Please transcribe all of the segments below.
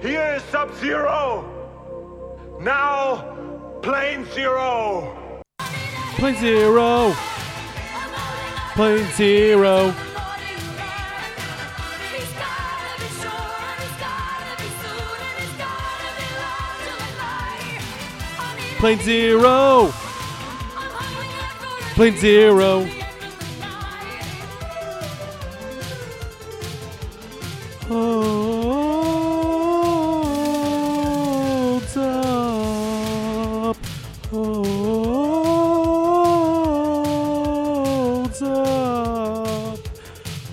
Here is Sub Zero. Now, Plane Zero. Plane zero. Plane zero. Plane zero. Plane zero. Holds up. Holds up.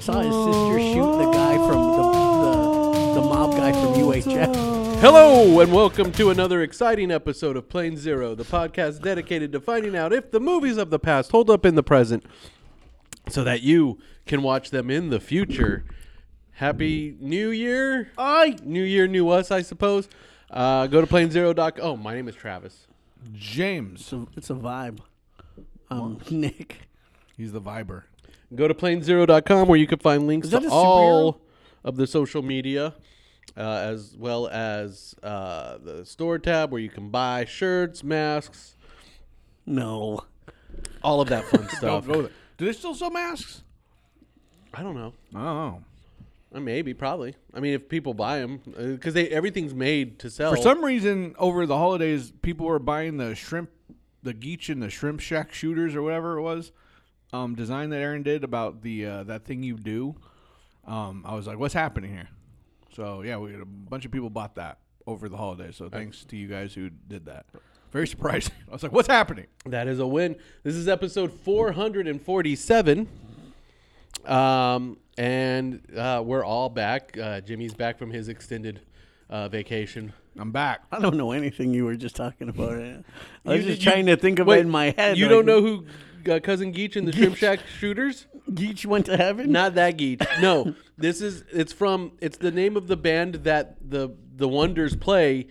Saw his sister shoot the guy from the, the, the mob guy from UHF. Hello, and welcome to another exciting episode of Plane Zero, the podcast dedicated to finding out if the movies of the past hold up in the present so that you can watch them in the future. Happy New Year. I New Year, new us, I suppose. Uh, go to planezero.com. Oh, my name is Travis. James. So it's a vibe. Um, Nick. He's the Viber. Go to planezero.com where you can find links Is that to a superhero? all of the social media, uh, as well as uh, the store tab where you can buy shirts, masks, No. all of that fun stuff. Go there. Do they still sell masks? I don't know. Oh. Uh, Maybe, probably. I mean, if people buy them, because they everything's made to sell. For some reason, over the holidays, people were buying the shrimp, the geech and the shrimp shack shooters or whatever it was. Um, design that Aaron did about the uh, that thing you do. Um, I was like, what's happening here? So yeah, we had a bunch of people bought that over the holidays. So thanks to you guys who did that. Very surprising. I was like, what's happening? that is a win. This is episode four hundred and forty-seven, um, and uh, we're all back. Uh, Jimmy's back from his extended uh, vacation. I'm back. I don't know anything you were just talking about. I was You- just you- trying to think of wait, it in my head. You like, don't know who uh, cousin Geach and the Shrimp Shack shooters? Geach went to heaven? Not that Geach. No, this is it's from it's the name of the band that the the Wonders play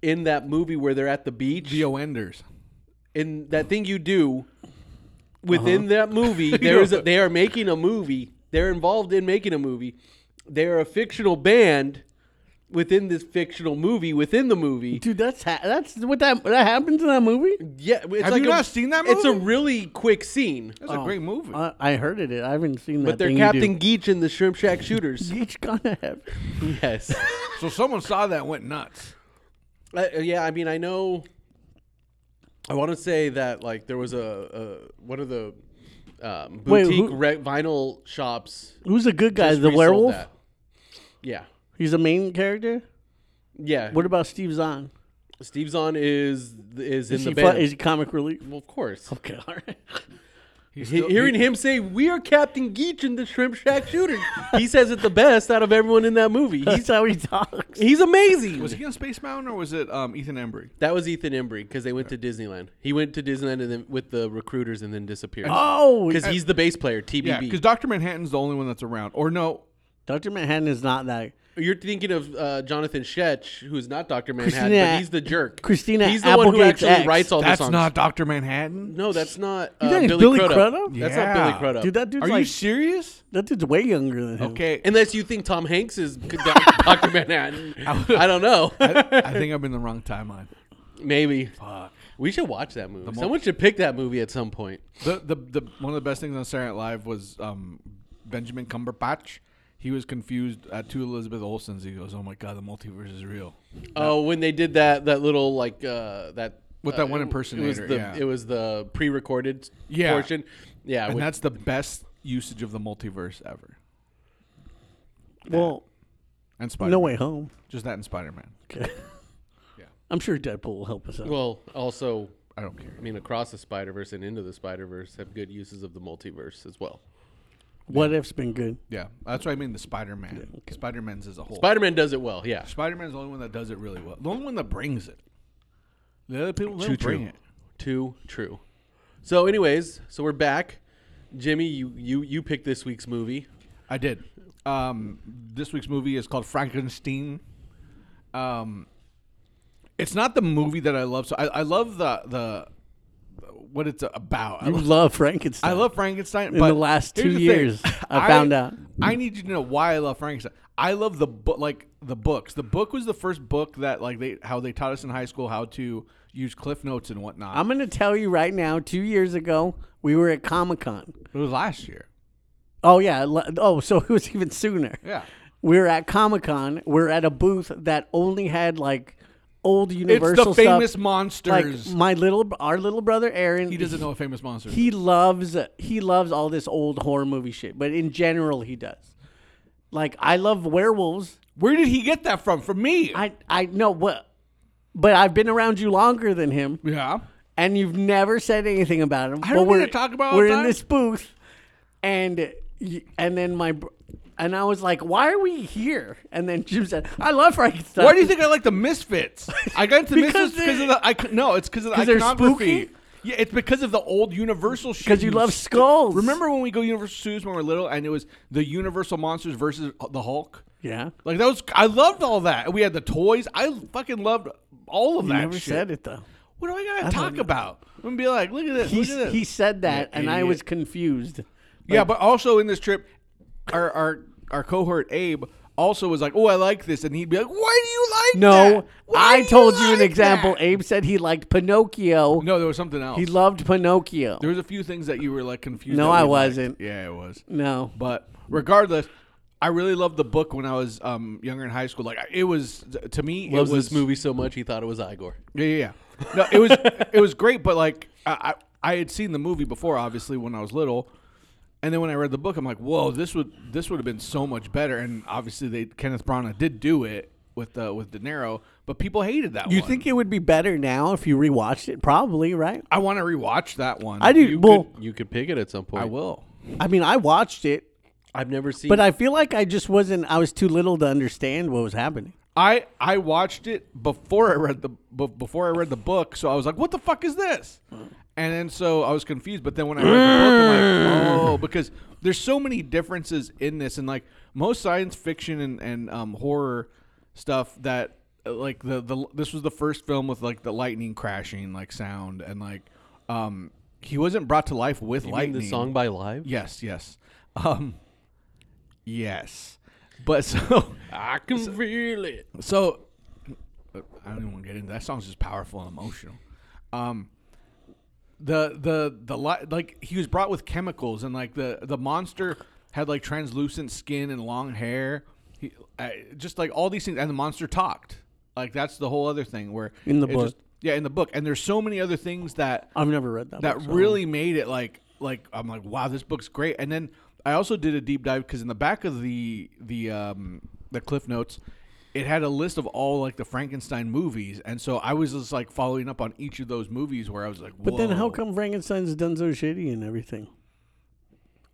in that movie where they're at the beach. Geo Enders. in that thing you do within Uh-huh. that movie there is a, they are making a movie they're involved in making a movie they're a fictional band within this fictional movie within the movie Dude, that's ha- that's what that that happens in that movie. yeah it's Have like you a- not seen that it's a movie? really quick scene That's a great movie. Uh, I, I heard it. I haven't seen that. but they're thing you do. captain geach and the shrimp shack shooters Geach gone to heaven. yes so someone saw that and went nuts. Uh, yeah i mean i know i want to say that like there was a, a one of the um, Wait, boutique who- re- vinyl shops Who's the good guy? just The resold werewolf? that. yeah He's a main character. yeah What about Steve Zahn? Steve Zahn is is in Is the he, fu- band. is he Oh, comic relief? well, of course. Okay, all right. He's He- hearing him say, "We are Captain Geach and the Shrimp Shack Shooters," he says it the best out of everyone in that movie. That's He's how he talks. he's amazing. was he on Space Mountain or was it um, Ethan Embry? that was Ethan Embry because they went to Disneyland. He went to Disneyland and then with the recruiters and then disappeared. Oh, because he's the bass player. Yeah, because TBB. Doctor Manhattan's the only one that's around. Or no, Doctor Manhattan is not that. You're thinking of uh, Jonathan Shetch, who's not Doctor Manhattan, Christina- but he's the jerk. Christina He's the one who Applegate's actually ex. writes all that's the songs. not Doctor Manhattan. No, that's not. You Uh, Billy, think it's Billy Crudup. Crudup? That's not Billy Yeah. Crudup. Dude, that dude's Are you like serious? that dude's way younger than him. Okay, Unless you think Tom Hanks is Doctor Manhattan, I don't know. I think I'm in the wrong timeline. Maybe we should watch that movie. mo- Someone should pick that movie at some point. The, the the one of the best things on Saturday Night Live was um, Benjamin Cumberbatch. He was confused at two Elizabeth Olsen's. He goes, "Oh my God, the multiverse is real." Oh, when they did that, that little like uh, that With that uh, one it- It was impersonator, the, yeah. it was the pre-recorded Yeah. portion. Yeah, And with- that's the best usage of the multiverse ever. Well, And Spider. No Way Home. Just that and Spider Man. Okay. Yeah. I'm sure Deadpool will help us out. well, also, I don't care. I mean, across the Spider Verse and into the Spider Verse have good uses of the multiverse as well. what if's been good? Yeah, that's what I mean. The Spider Man. Spider Man's as a whole. Spider Man does it well. Yeah, Spider Man's the only one that does it really well. The only one that brings it. The other people don't bring it. Too true. So, anyways, so we're back. Jimmy, you you you picked this week's movie. I did. Um, this week's movie is called Frankenstein. Um, it's not the movie that I love. So I, I love the the what it's about. I You love, love Frankenstein. I love Frankenstein. In but the last here's two the thing. years, I found out. I need you to know why I love Frankenstein. I love the book, like the books. The book was the first book that like they how they taught us in high school how to use cliff notes and whatnot. I'm going to tell you right now. Two years ago, we were at Comic Con. it was last year. Oh yeah. le- Oh, so it was even sooner. Yeah. We were at Comic Con. We're at a booth that only had like old It's Universal the famous stuff. monsters. Like my little, our little brother Aaron. he doesn't know what famous monsters. he loves he loves all this old horror movie shit, but in general he does. Like I love werewolves. Where did he get that from? From me. I I know what but I've been around you longer than him yeah. and you've never said anything about him. I don't But need we're- to talk about it all We're the in time. this booth and y- and then my br- and I was like, "Why are we here?" And then Jim said, "I love Frankenstein." Why do you think I like the Misfits? I got into the Because Misfits because they- of the I no, it's because of the 'Cause they're iconography. spooky? Yeah, it's because of the old Universal shit. 'Cause you love st- skulls. Remember when we go Universal Studios when we were little, and it was the Universal monsters versus the Hulk. Yeah. like that was I loved all that. We had the toys. I fucking loved all of You that. never shit. said it though. What do I gotta talk about? I'm gonna be like, look at this. He look at this. he said that You and I idiot. was confused. yeah, but also in this trip, our our our cohort Abe also was like, oh, I like this, and he'd be like, why do you like? No, that? Why I do told you an like example. that?" Abe said he liked Pinocchio. No, there was something else. He loved Pinocchio. There was a few things that you were like confused. No, that I we liked. wasn't. Yeah, it was. No. But regardless, I really loved the book when I was um, younger in high school. Like it was to me, Loves it was this movie so much he thought it was Igor. Yeah, yeah, yeah. No, it was it was great. But like I, I I had seen the movie before, obviously when I was little, and then when I read the book, I'm like, whoa, this would this would have been so much better. And obviously, they Kenneth Branagh did do it with uh, with De Niro, but people hated that. You one. think it would be better now if you rewatched it? Probably, right? I want to rewatch that one? I do. You well, could, you could pick it at some point. I will. I mean, I watched it, I've never seen. but I feel like I just wasn't. I was too little to understand what was happening. I I watched it before I read the b- before I read the book, so I was like, "What the fuck is this?" And then so I was confused. But then when I read the book, I'm like, "Oh," Mm. because there's so many differences in this, and like most science fiction and and um, horror stuff that uh, like the the this was the first film with like the lightning crashing like sound and like um he wasn't brought to life with you mean lightning. the song by Live. Yes, yes, um, yes. But so. I can feel it. So I don't even want to get into that song's just powerful and emotional. Um the the the li- like he was brought with chemicals and like the the monster had like translucent skin and long hair. He I, just like all these things and the monster talked. Like that's the whole other thing where In the it book. yeah, in the book. And there's so many other things that I've never read that. that book, so- really made it like like I'm like wow this book's great and then I also did a deep dive because in the back of the the um the cliff notes it had a list of all like the Frankenstein movies and so I was just like following up on each of those movies where I was like But then, how whoa. come Frankenstein's done so shitty and everything?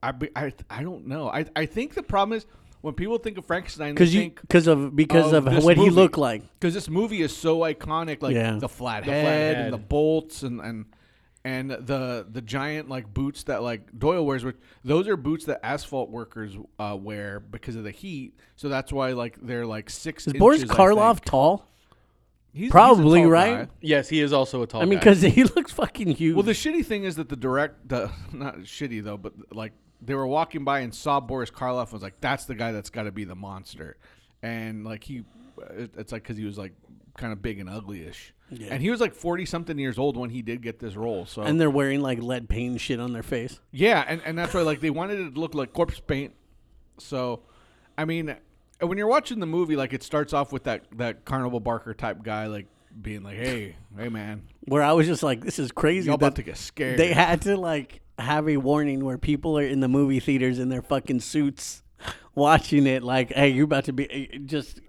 I, be- I I don't know I I think the problem is when people think of Frankenstein they Because you, think because of because of, Um, what he looked like. Because this movie is so iconic, like Yeah. the flat The flat head, head. and the bolts and and and the the giant like boots that like Doyle wears, which those are boots that asphalt workers uh, wear because of the heat. So that's why like they're like six. Is Boris inches, I Karloff think. tall? He's- he's a Probably, tall right? guy. Yes, he is also a tall. I mean, guy. because he looks fucking huge. Well, the shitty thing is that the direct, the not shitty though, but like they were walking by and saw Boris Karloff and was like, "That's the guy that's got to be the monster," and like he, it- it's like because he was like kind of big and uglyish, and he was like forty something years old when he did get this role. So and they're wearing like lead paint shit on their face. yeah, and, and that's why like they wanted it to look like corpse paint. So, I mean, when you're watching the movie, like it starts off with that that Carnival Barker type guy like being like, "Hey, hey man, Where I was just like, this is crazy. y'all about that- to get scared." They had to like have a warning where people are in the movie theaters in their fucking suits watching it like, hey, you're about to be eh, just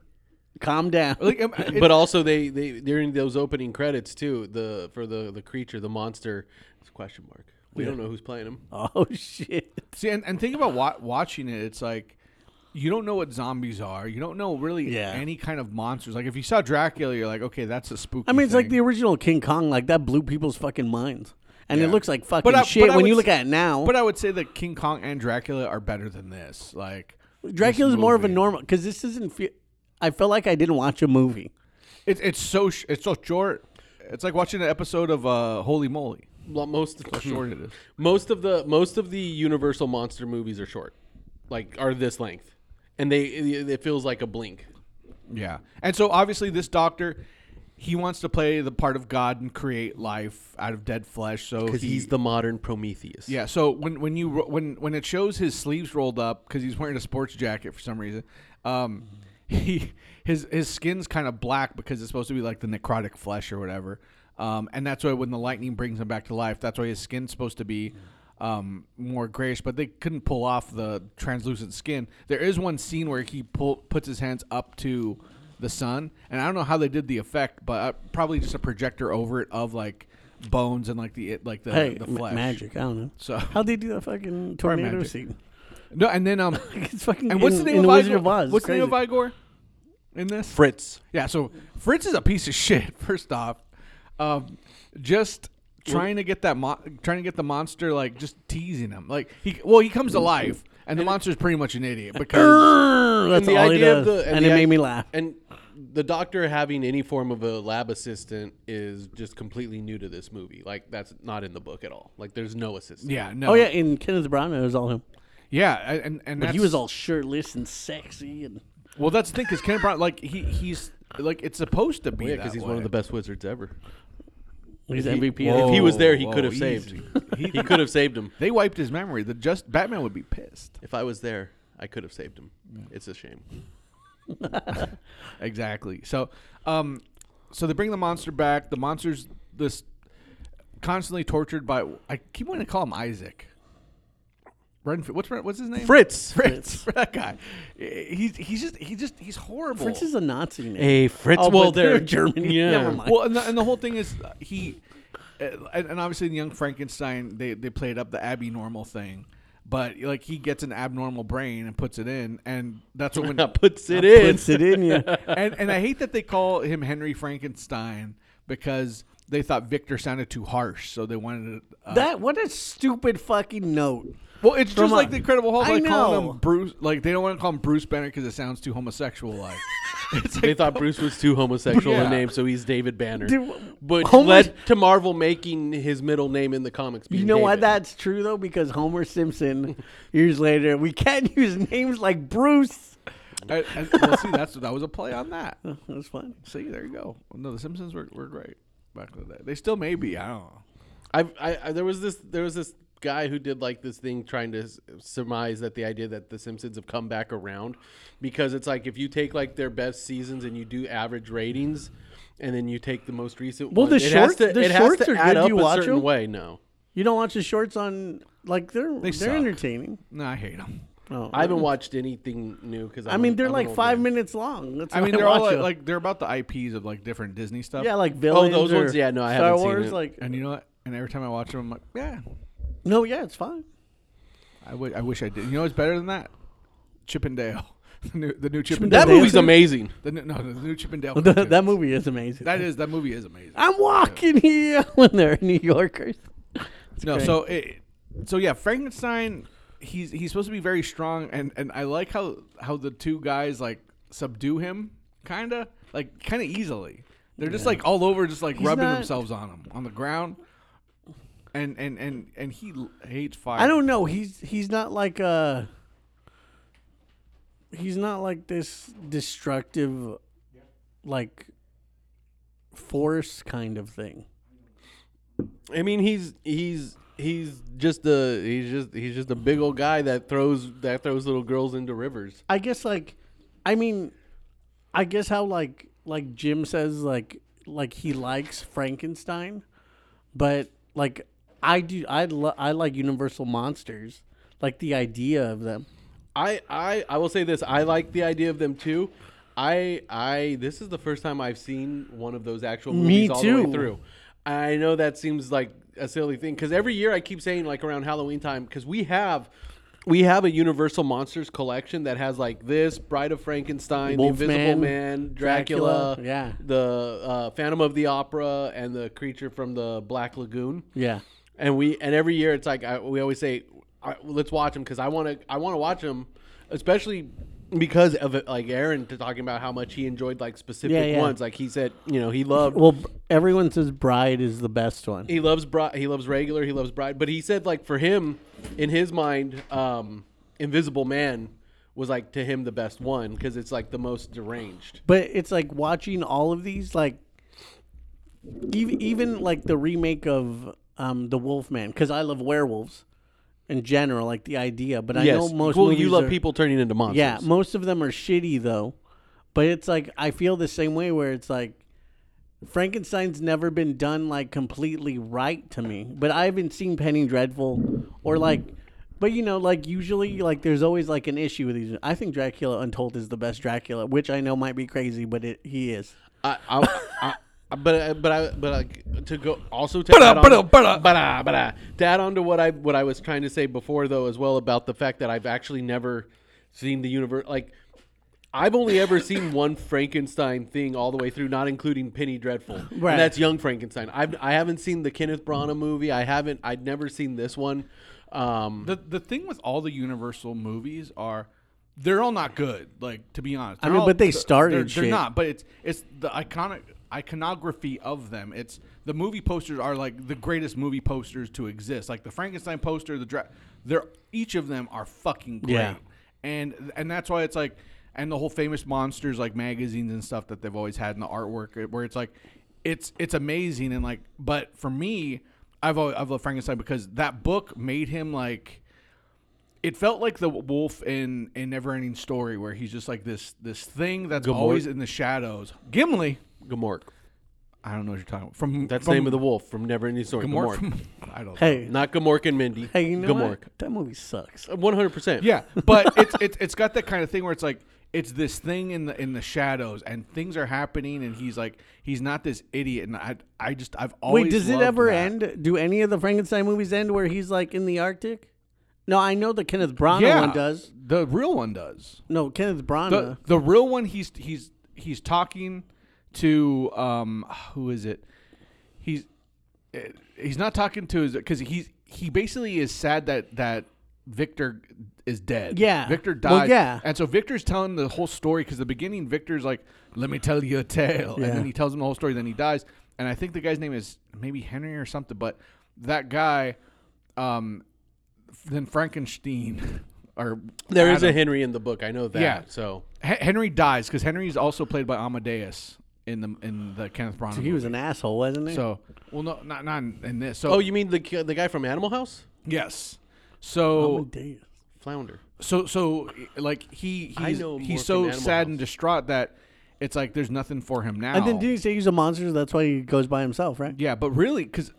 calm down. like, um, it- but also they they during those opening credits too the for the the creature the monster it's a question mark we don't know who's playing him Oh shit. See, and, and think about wa- watching it. It's like you don't know what zombies are. You don't know really Yeah. any kind of monsters. Like if you saw Dracula, you're like, okay, that's a spooky. I mean, it's like the thing. original King Kong, like that blew people's fucking minds. And it Yeah. looks like fucking I- but shit I when would you s- look at it now. But I would say that King Kong and Dracula are better than this. Like Dracula's this more of a movie. normal cuz this isn't fe- I felt like I didn't watch a movie. It's it's so sh- it's so short. It's like watching an episode of uh, Holy Moly. Well, most Hmm. How short it is. most of the most of the universal monster movies are short like are this length, and they it, it feels like a blink. Yeah. And so obviously this doctor he wants to play the part of God and create life out of dead flesh. So Because he- he's the modern Prometheus. Yeah, so when when you ro- when when it shows his sleeves rolled up cuz he's wearing a sports jacket for some reason. Um he his his skin's kind of black because it's supposed to be like the necrotic flesh or whatever. Um and that's why when the lightning brings him back to life, that's why his skin's supposed to be um, more grayish, but they couldn't pull off the translucent skin. There is one scene where he pull, puts his hands up to the sun, and I don't know how they did the effect, but uh, probably just a projector over it of like bones and like the it like the, Hey, the ma- flesh. magic. I don't know. So- how'd they do that fucking tornado magic. scene? No, and then um, It's fucking. and what's in, the name in of the Wizard Igor? of Oz? It's What's the name of crazy. Igor in this? Fritz. Yeah, so Fritz is a piece of shit. First off, um, just trying to get that mo- trying to get the monster like just teasing him. Like he well he comes to life, and the monster's pretty much an idiot because Brrr, That's the all he idea of does, the- and, the it i- made me laugh. And the doctor having any form of a lab assistant is just completely new to this movie. Like that's not in the book at all. Like there's no assistant. yeah no Oh yeah, in Kenneth Branagh it was all him, yeah and and, and but he that's- was all shirtless and sexy and. well that's the thing because Ken Brown like he he's like it's supposed to be Yeah, because because he's one of the best wizards ever. He's If he- MVP. If he was there, he Whoa, could have whoa, saved. easy. He, could have saved him. They wiped his memory. The just Batman would be pissed. If I was there, I could have saved him. It's a shame. Exactly. So, um, so they bring the monster back. The monster's this constantly tortured by. I keep wanting to call him Isaac. Renfield. What's Ren- what's his name? Fritz. Fritz. That guy. He's he's just he's just he's horrible. Fritz is a Nazi name. Hey, Fritz. Oh, well, but they're there, Germany. Yeah. Never mind. well, and the, and the whole thing is uh, he, uh, and, and obviously in Young Frankenstein they they played up the Abby normal thing, but like he gets an abnormal brain and puts it in, and that's what when Puts it in. Puts it in you. and and I hate that they call him Henry Frankenstein because they thought Victor sounded too harsh, so they wanted to. Uh, That what a stupid fucking note. well, it's From just like a- the Incredible Hulk, I like calling know. him Bruce. Like they don't want to call him Bruce Banner because it sounds too homosexual. Like it's They like, thought Bruce was too homosexual Yeah. in name, so he's David Banner. Dude, but Homer- led to Marvel making his middle name in the comics. You being know why David. that's true though? Because Homer Simpson, years later, we can't use names like Bruce. I, I, well, see, that's that was a play on that. That's funny. See, there you go. No, the Simpsons were, were great back in the day. They still may be. I don't know. I, I, I there was this there was this guy who did like this thing trying to s- surmise that the idea that the Simpsons have come back around because it's like if you take like their best seasons and you do average ratings and then you take the most recent Well, one, the it has short- to, the it shorts has to are add good. up You a watch certain them? way no You don't watch the shorts on like they're they are they suck. are entertaining. No, I hate them. Oh, I haven't watched anything new because I mean they're like five minutes long. That's I why mean, they're all watch like, 'em. like they're about the IPs of like different Disney stuff. yeah, like villains. those or ones, yeah, no, I Star haven't seen Wars, it. Like And you know what? And every time I watch them, I'm like, yeah, no, yeah, it's fine. I wi- I wish I did. You know what's better than that? Chippendale. The new, the new Chippendale. That That They movie's movie's do. amazing. The new, no, the new Chippendale. that that movie is amazing. That is that movie is amazing. I'm walking here when they're New Yorkers. no, great. so it, so yeah, Frankenstein. He's he's supposed to be very strong, and and I like how how the two guys like subdue him, kind of like kind of easily. They're just like all over, just like rubbing not- themselves on him on the ground. And and and and he l- hates fire. I don't know. He's he's not like a. He's not like this destructive, like force kind of thing. I mean he's he's he's just a he's just he's just a big old guy that throws that throws little girls into rivers. I guess like, I mean, I guess how like like Jim says like like he likes Frankenstein, but like I do I lo- I like Universal monsters, like the idea of them. I, I I will say this. I like the idea of them too. I I this is the first time I've seen one of those actual movies all the way too. through. I know that seems like a silly thing because every year I keep saying like around Halloween time because we have we have a Universal Monsters collection that has like this Bride of Frankenstein, The Invisible Wolfman, Man, Dracula, Dracula, yeah. the uh, Phantom of the Opera, and the creature from the Black Lagoon Yeah. and we and every year it's like I, we always say I, let's watch them because I want to I want to watch them especially because of it, like Aaron to talking about how much he enjoyed like specific Yeah, yeah. ones like he said you know he loved Well, b- everyone says Bride is the best one. E he loves bri- he loves regular he loves bride but he said like for him in his mind um Invisible Man was like to him the best one because it's like the most deranged. But it's like watching all of these, like even even like the remake of um the Wolfman, because I love werewolves in general, like the idea. But I know most well, movies you love are- people turning into monsters. Yeah, most of them are shitty though. But it's like I feel the same way where it's like Frankenstein's never been done like completely right to me. But I haven't seen Penny Dreadful or like but you know, like usually like there's always like an issue with these I think Dracula Untold is the best Dracula, which I know might be crazy, but it he is. I, I, I, but but I but like to go also to add, on, ba-da, ba-da. to add on to what I what I was trying to say before though as well about the fact that I've actually never seen the universe like I've only ever seen one Frankenstein thing all the way through, not including Penny Dreadful. Right. And that's Young Frankenstein. I've I haven't seen the Kenneth Branagh movie. I haven't. I'd never seen this one. Um, The the thing with all the Universal movies are they're all not good. Like to be honest, I They're mean, all- but they they're- started They're, they're shit. not, but it's it's the iconic iconography of them. It's the movie posters are like the greatest movie posters to exist. Like the Frankenstein poster, the dra- they're each of them are fucking great. Yeah. And and that's why it's like and the whole famous monsters like magazines and stuff that they've always had in the artwork where it's like it's it's amazing and like but for me I've always, I've loved Frankenstein because that book made him like it felt like the wolf in in Neverending Story, where he's just like this this thing that's always in the shadows. Gimli. Gamork. I don't know what you're talking about. From That's from, the name of the wolf from Never Ending Story. Gamork. Gamork. From, I don't. know. Hey, Not Gamork and Mindy. hey, you know Gamork. what? That movie sucks. One hundred percent. Yeah, but it's it's it's got that kind of thing where it's like it's this thing in the in the shadows, and things are happening, and he's like he's not this idiot, and I I just I've always Wait, does it loved ever that. end? Do any of the Frankenstein movies end where he's like in the Arctic? No, I know the Kenneth Branagh Yeah, one does. the real one does. No, Kenneth Branagh. the the real one he's he's he's talking to um who is it he's eh, he's not talking to his because he's he basically is sad that that Victor is dead. Yeah. Victor died. Well, yeah. And so Victor's telling the whole story because the beginning Victor's like, "Let me tell you a tale," and Yeah. then he tells him the whole story. Then he dies, and I think the guy's name is maybe Henry or something. But that guy, um, then Frankenstein, or There is Adam- a Henry in the book. I know that. Yeah. So Hen- Henry dies because Henry's also played by Amadeus in the in the Kenneth Branagh. he was movie. an asshole, wasn't he? so well, no, not not in, in this. So Oh, you mean the ki- the guy from Animal House? yes, so Amadeus. Flounder. so so like he I he's, know more he's so from Animal sad and House. distraught that it's like there's nothing for him now. And then did he say he's a monster? so That's why he goes by himself, right? Yeah, but really, because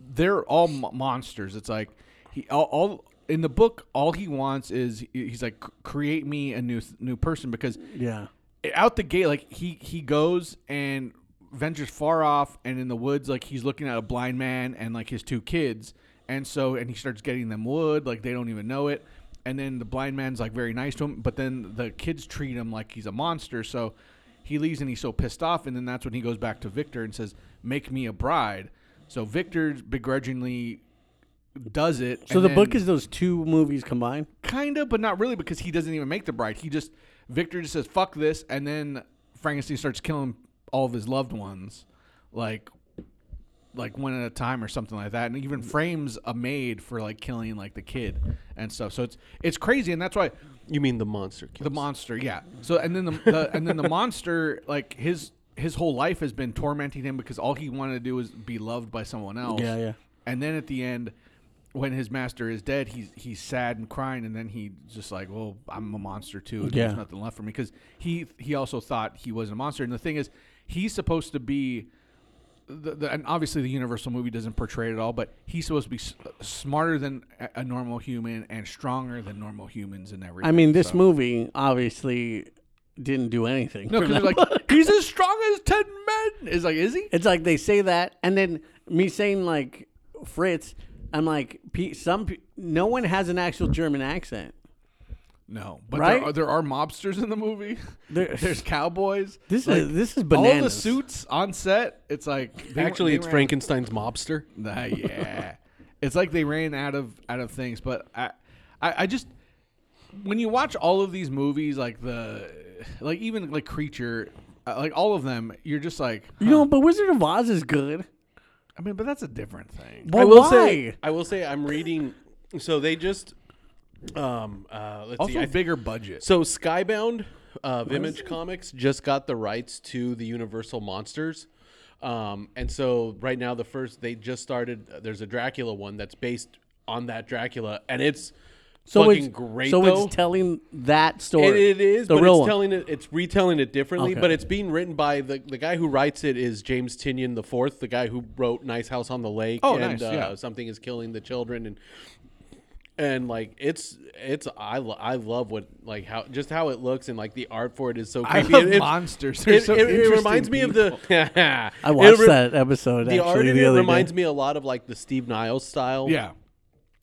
they're all m- monsters. It's like he all, all in the book. All he wants is he's like create me a new new person because Yeah. out the gate, like he he goes and ventures far off, and in the woods, like he's looking at a blind man and like his two kids, and so and he starts getting them wood, like they don't even know it, and then the blind man's like very nice to him, but then the kids treat him like he's a monster, so he leaves and he's so pissed off, and then that's when he goes back to Victor and says, "Make me a bride." So Victor begrudgingly does it. So and the then- book is those two movies combined. kind of, but not really, because he doesn't even make the bride. He just Victor just says "fuck this," and then Frankenstein starts killing all of his loved ones, like like one at a time or something like that, and even frames a maid for like killing like the kid and stuff. So it's it's crazy, and that's why You mean the monster? Kills. the monster, yeah. So and then the, the and then the monster, like his his whole life has been tormenting him because all he wanted to do was be loved by someone else. Yeah, yeah. And then at the end, when his master is dead, he's he's sad and crying, and then he just like, well, I'm a monster too. and Yeah. There's nothing left for me because he he also thought he was a monster. And the thing is, he's supposed to be. The, the, and obviously the universal movie doesn't portray it at all but he's supposed to be s- smarter than a, a normal human and stronger than normal humans and everything I mean, this so. movie obviously didn't do anything. No, for because that like book. he's as strong as ten men. Is like, is he? It's like they say that, and then me saying like Fritz, I'm like pe- some pe- no one has an actual German accent. No, but Right? there, are, there are mobsters in the movie. There- There's cowboys. This Like, is this is all the bananas. suits on set. It's like they- Actually, they it's ran- Frankenstein's mobster. Nah, yeah, it's like they ran out of out of things. But I, I, I just when you watch all of these movies, like the like even like Creature, uh, like all of them, you're just like, You know, but Wizard of Oz is good. I mean, but that's a different thing. But I will why? say. I will say. I'm reading. So they just Um, uh, let's see. Also, I think- bigger budget. so Skybound, uh, Image Comics just got the rights to the Universal monsters, um, and so right now the first they just started. uh, There's a Dracula one that's based on that Dracula, and it's So fucking it's great. so though. it's telling that story. It, it is, the but real it's one. telling it. It's retelling it differently, Okay. but it's being written by the the guy who writes it is James Tinian the fourth, the guy who wrote Nice House on the Lake Oh, and nice, yeah. uh, Something Is Killing the Children and and like it's it's I lo- I love what like how just how it looks and like the art for it is so I creepy. love It- it- monsters. They're It, so it- it interesting reminds me of the. I it watched re- that episode The art actually in the it other reminds day. me a lot of like the Steve Niles style yeah,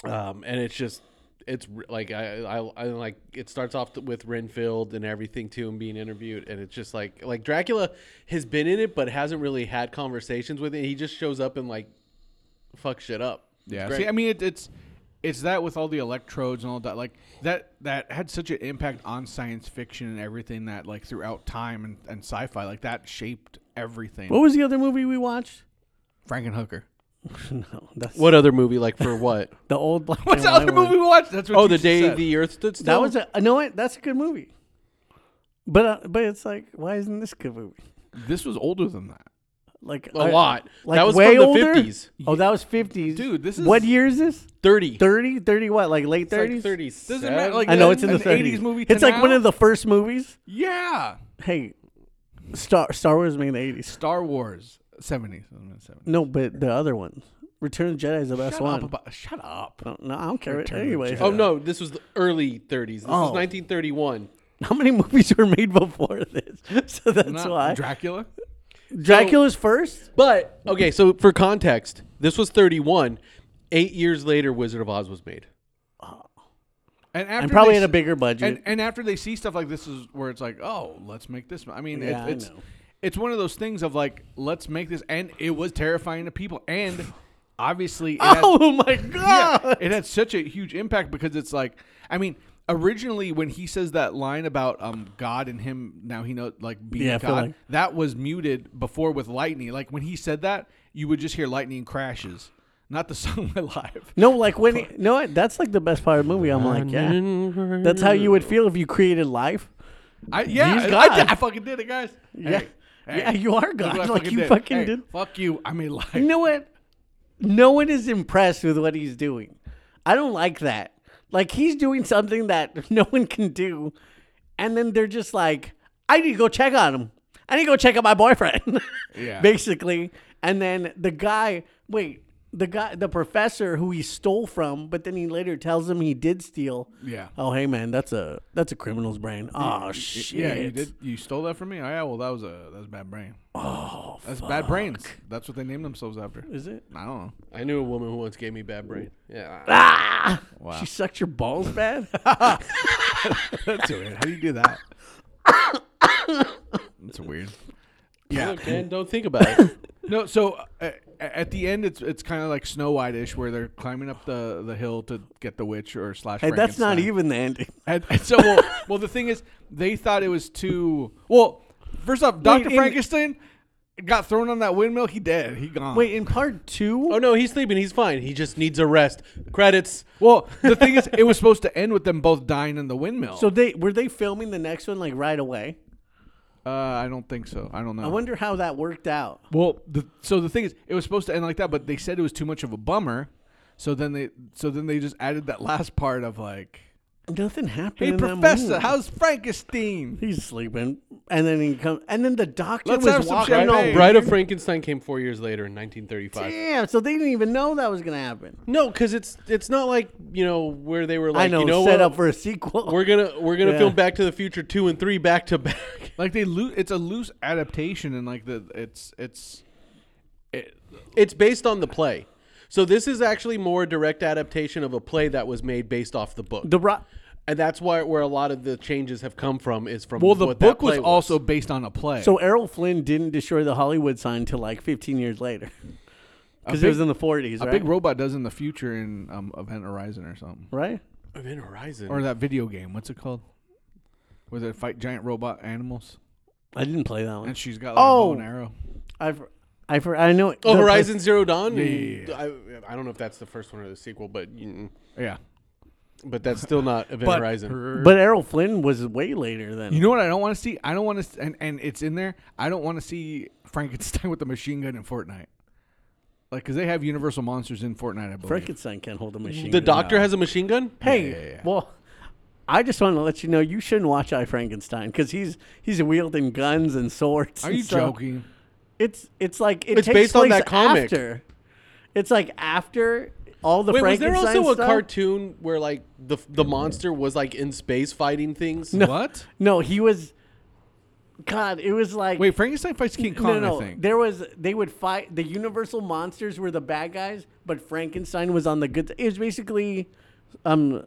um, and it's just it's r- like I, I I like it starts off with Renfield and everything too, and being interviewed, and it's just like like Dracula has been in it but hasn't really had conversations with it. He just shows up and like fuck shit up. It's yeah. great. See, I mean, it, it's it's that with all the electrodes and all that. Like that that had such an impact on science fiction and everything that like throughout time and, and sci-fi like that shaped everything. What was the other movie we watched? Frankenhooker. No, that's what other movie like for what? the old black What's and the white other one. movie we watched? That's what oh, you the just day said. the Earth stood still. That was a no. What? That's a good movie. But uh, but it's like why isn't this a good movie? this was older than that. Like A I- lot. Like That was way from the older? 50s. Oh, that was fifties, Dude, this what is- year is this? thirty. 30? 30 what? Like late It's thirties? Like Thirties. Doesn't matter, like- I know it's in An the thirties. 80s movie to It's like one now? of the first movies. Yeah, Hey, Star Star Wars made in the eighties. Star Wars seventies. Seventies. No, but the other ones. Return of the Jedi is the best Shut one. up! About, shut up! no, no, I don't care. Return of the anyway, oh no, this was the early thirties. This is Oh. nineteen thirty one. how many movies were made before this? So that's Not why Dracula. Dracula's first. But okay, so for context, this was thirty one. Eight years later, Wizard of Oz was made. And after And probably they had a s- bigger budget. And, and after they see stuff like this is where it's like, oh, let's make this. I mean, Yeah, I it's it's know. it's one of those things of like, let's make this, and it was terrifying to people, and obviously, it had- oh my god! yeah, it had such a huge impact because it's like, I mean. Originally, when he says that line about um, God and him, now he knows like being Yeah, I feel God, like- that was muted before with lightning. Like when he said that, you would just hear lightning crashes, not the song alive. No, like when he, no, what? that's like the best part of the movie. I'm like, yeah, that's how you would feel if you created life. I, yeah, He's I- I, God. did- I fucking did it, guys. Yeah, Hey, yeah, hey. you are Look God. what I Like you fucking Hey, did. Fuck you. I mean, like, You know what? No one is impressed with what he's doing. I don't like that. Like he's doing something that no one can do, and then they're just like, "I need to go check on him. I need to go check on my boyfriend." Yeah. basically. And then the guy, wait, the guy, the professor who he stole from, but then he later tells him he did steal. Yeah. Oh, hey man, that's a that's a criminal's brain. Oh shit. yeah, you did. You stole that from me. Oh, yeah. Well, that was a that was bad brain. Oh, that's bad brains. That's what they named themselves after. Is it? I don't know. I knew a woman who once gave me bad brain. Yeah. Ah! She sucked your balls bad. That's weird. How do you do that? That's weird. Yeah. Look, man, don't think about it. No. So uh, at the end, it's it's kind of like Snow White ish, where they're climbing up the the hill to get the witch or slash. Hey, that's not Frankenstein. even the ending. And, and so, well, well, the thing is, they thought it was too. Well, first off, Doctor in- Frankenstein got thrown on that windmill. He dead. He gone. Wait, in part two, oh no, he's sleeping. He's fine. He just needs a rest. Credits. Well, the thing is, it was supposed to end with them both dying in the windmill. so they were they filming the next one like right away? uh, I don't think so. I don't know. I wonder how that worked out. well, the, so the thing is, it was supposed to end like that, but they said it was too much of a bummer. So then they, so then they just added that last part of like, Nothing happened. "Hey, in that Professor, movie. how's Frankenstein?" he's sleeping, and then he comes, and then the doctor Let's have was some walking champagne. on. Bride of Frankenstein came four years later in 1935. Damn! So they didn't even know that was gonna happen. No, because it's it's not like you know where they were like I know, you know set what? up for a sequel. we're gonna we're gonna Yeah. film Back to the Future two and three back to back. Like they lose. It's a loose adaptation, and like the it's it's it, It's based on the play. So this is actually more a direct adaptation of a play that was made based off the book, the rock. and that's why where a lot of the changes have come from is from well, the what that book was play also based on a play. So Errol Flynn didn't destroy the Hollywood sign till like 15 years later, because it big- was in the 40s, a right? big robot does in the future in um, Event Horizon or something. right? Event Horizon. or that video game. What's it called? Where they fight giant robot animals, I didn't play that one. and she's got like a bow and Oh. arrow. I've, I've, I know. Oh, the- Horizon Zero Dawn. Mm. yeah, yeah, I, I don't know if that's the first one or the sequel, but you, Yeah, mm, But that's still not Event But- Horizon. But Errol Flynn was way later than. You know what I don't want to see? I don't want to, and, and it's in there. I don't want to see Frankenstein with the machine gun in Fortnite, like because they have Universal monsters in Fortnite. I believe. Frankenstein can't hold a machine. The gun. doctor has a machine gun? Hey, Yeah, yeah, yeah. well, I just want to let you know you shouldn't watch I Frankenstein because he's he's wielding guns and swords. Are and you stuff. joking? It's it's like it It's takes based on place that comic. After. It's like after all the Wait, was there Frankenstein also a stuff. cartoon where like the the monster was like in space fighting things? What? No, he was. God, it was like Wait, Frankenstein fights King no, Kong. no, I think. there was they would fight the Universal monsters were the bad guys, but Frankenstein was on the good. It was basically, um,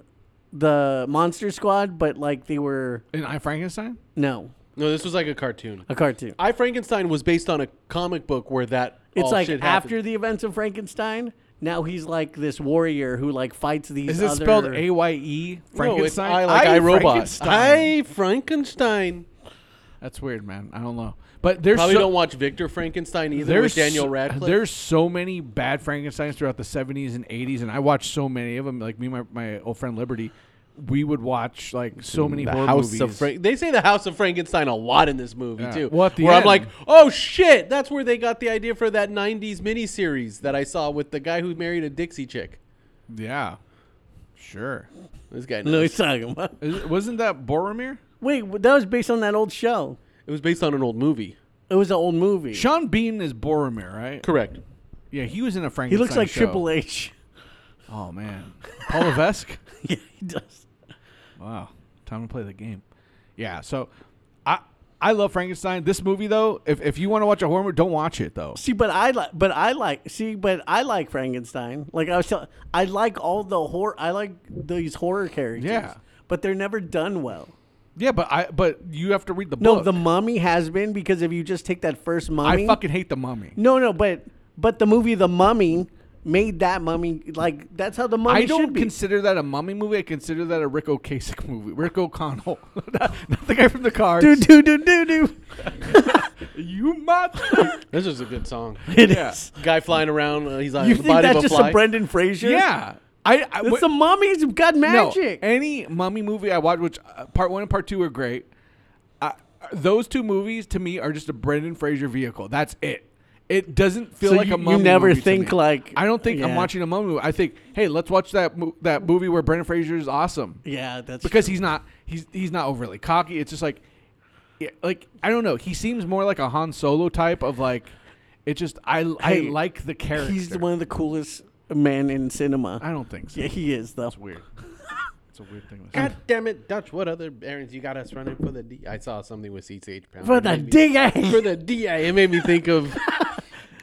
the Monster Squad, but like they were In I Frankenstein. no No, this was like a cartoon. a cartoon. I Frankenstein was based on a comic book where that It's all like shit after happened. the events of Frankenstein. Now he's like this warrior who like fights these. Is it other- spelled A Y E? Frankenstein. No, it's I like I, Robot. Frankenstein. I Frankenstein. That's weird, man. I don't know. But there's Probably so, don't watch Victor Frankenstein either with there's Daniel so- Radcliffe. There's so many bad Frankenstein's throughout the 70s and 80s, and I watched so many of them. Like me, and my my old friend Liberty, we would watch like so many the horror House movies. of Frank. They say the House of Frankenstein a lot in this movie Yeah. too. Well, at the where I'm end- like, oh shit, that's where they got the idea for that '90s miniseries that I saw with the guy who married a Dixie chick. yeah, sure. This guy, No, knows. he's talking about. Is- wasn't that Boromir? Wait, that was based on that old show. it was based on an old movie. It was an old movie. Sean Bean is Boromir, right? Correct. Yeah, he was in a he Frankenstein. looks like show. Triple H. Oh man, Paul Levesque. yeah, he does. Wow, time to play the game. Yeah, so I I love Frankenstein. This movie though, if if you want to watch a horror movie, don't watch it though. See, but I like, but I like, see, but I like Frankenstein. Like I was, tell- I like all the horror. I like these horror characters. Yeah. but they're never done well. Yeah, but I but you have to read the No, book. the Mummy has been because if you just take that first Mummy, I fucking hate the mummy. no, no, but but the movie The Mummy made that Mummy like that's how the Mummy I don't should be. consider that a mummy movie. I consider that a Rick Ocasek movie. Rick O'Connell, not, not the guy from the car. do do do do do. you mutt. This is a good song. It is. Yeah. Guy flying around. Uh, he's on You the think body that's of a just fly. a Brendan Fraser? yeah, I. I It's wh- the mummies who've got no, magic. any mummy movie I watch, which uh, part one and part two are great. I, those two movies to me are just a Brendan Fraser vehicle. That's it. It doesn't feel So like you- a you mummy. never movie to think me. like- I don't think I'm yeah. watching a mummy. movie. I think, hey, let's watch that mo- that movie where Brendan Fraser is awesome. yeah, that's because he's not he's he's not overly cocky. It's just like yeah, like I don't know. He seems more like a Han Solo type of like. It just I Hey, I like the character. he's one of the coolest men in cinema. I don't think so. yeah, he is though. It's weird. It's a weird thing. to say. God damn it, Dutch! What other errands you got us running for the D? I saw something with CCH Pound. For It the made me- DA. for the DA. It made me think of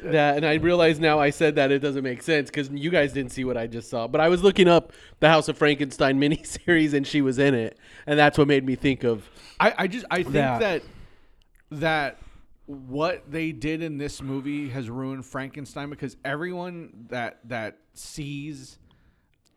that, and I realize now I said that it doesn't make sense because you guys didn't see what I just saw. But I was looking up the House of Frankenstein miniseries, and she was in it, and that's what made me think of. I I just I think Yeah. that that what they did in this movie has ruined Frankenstein because everyone that that sees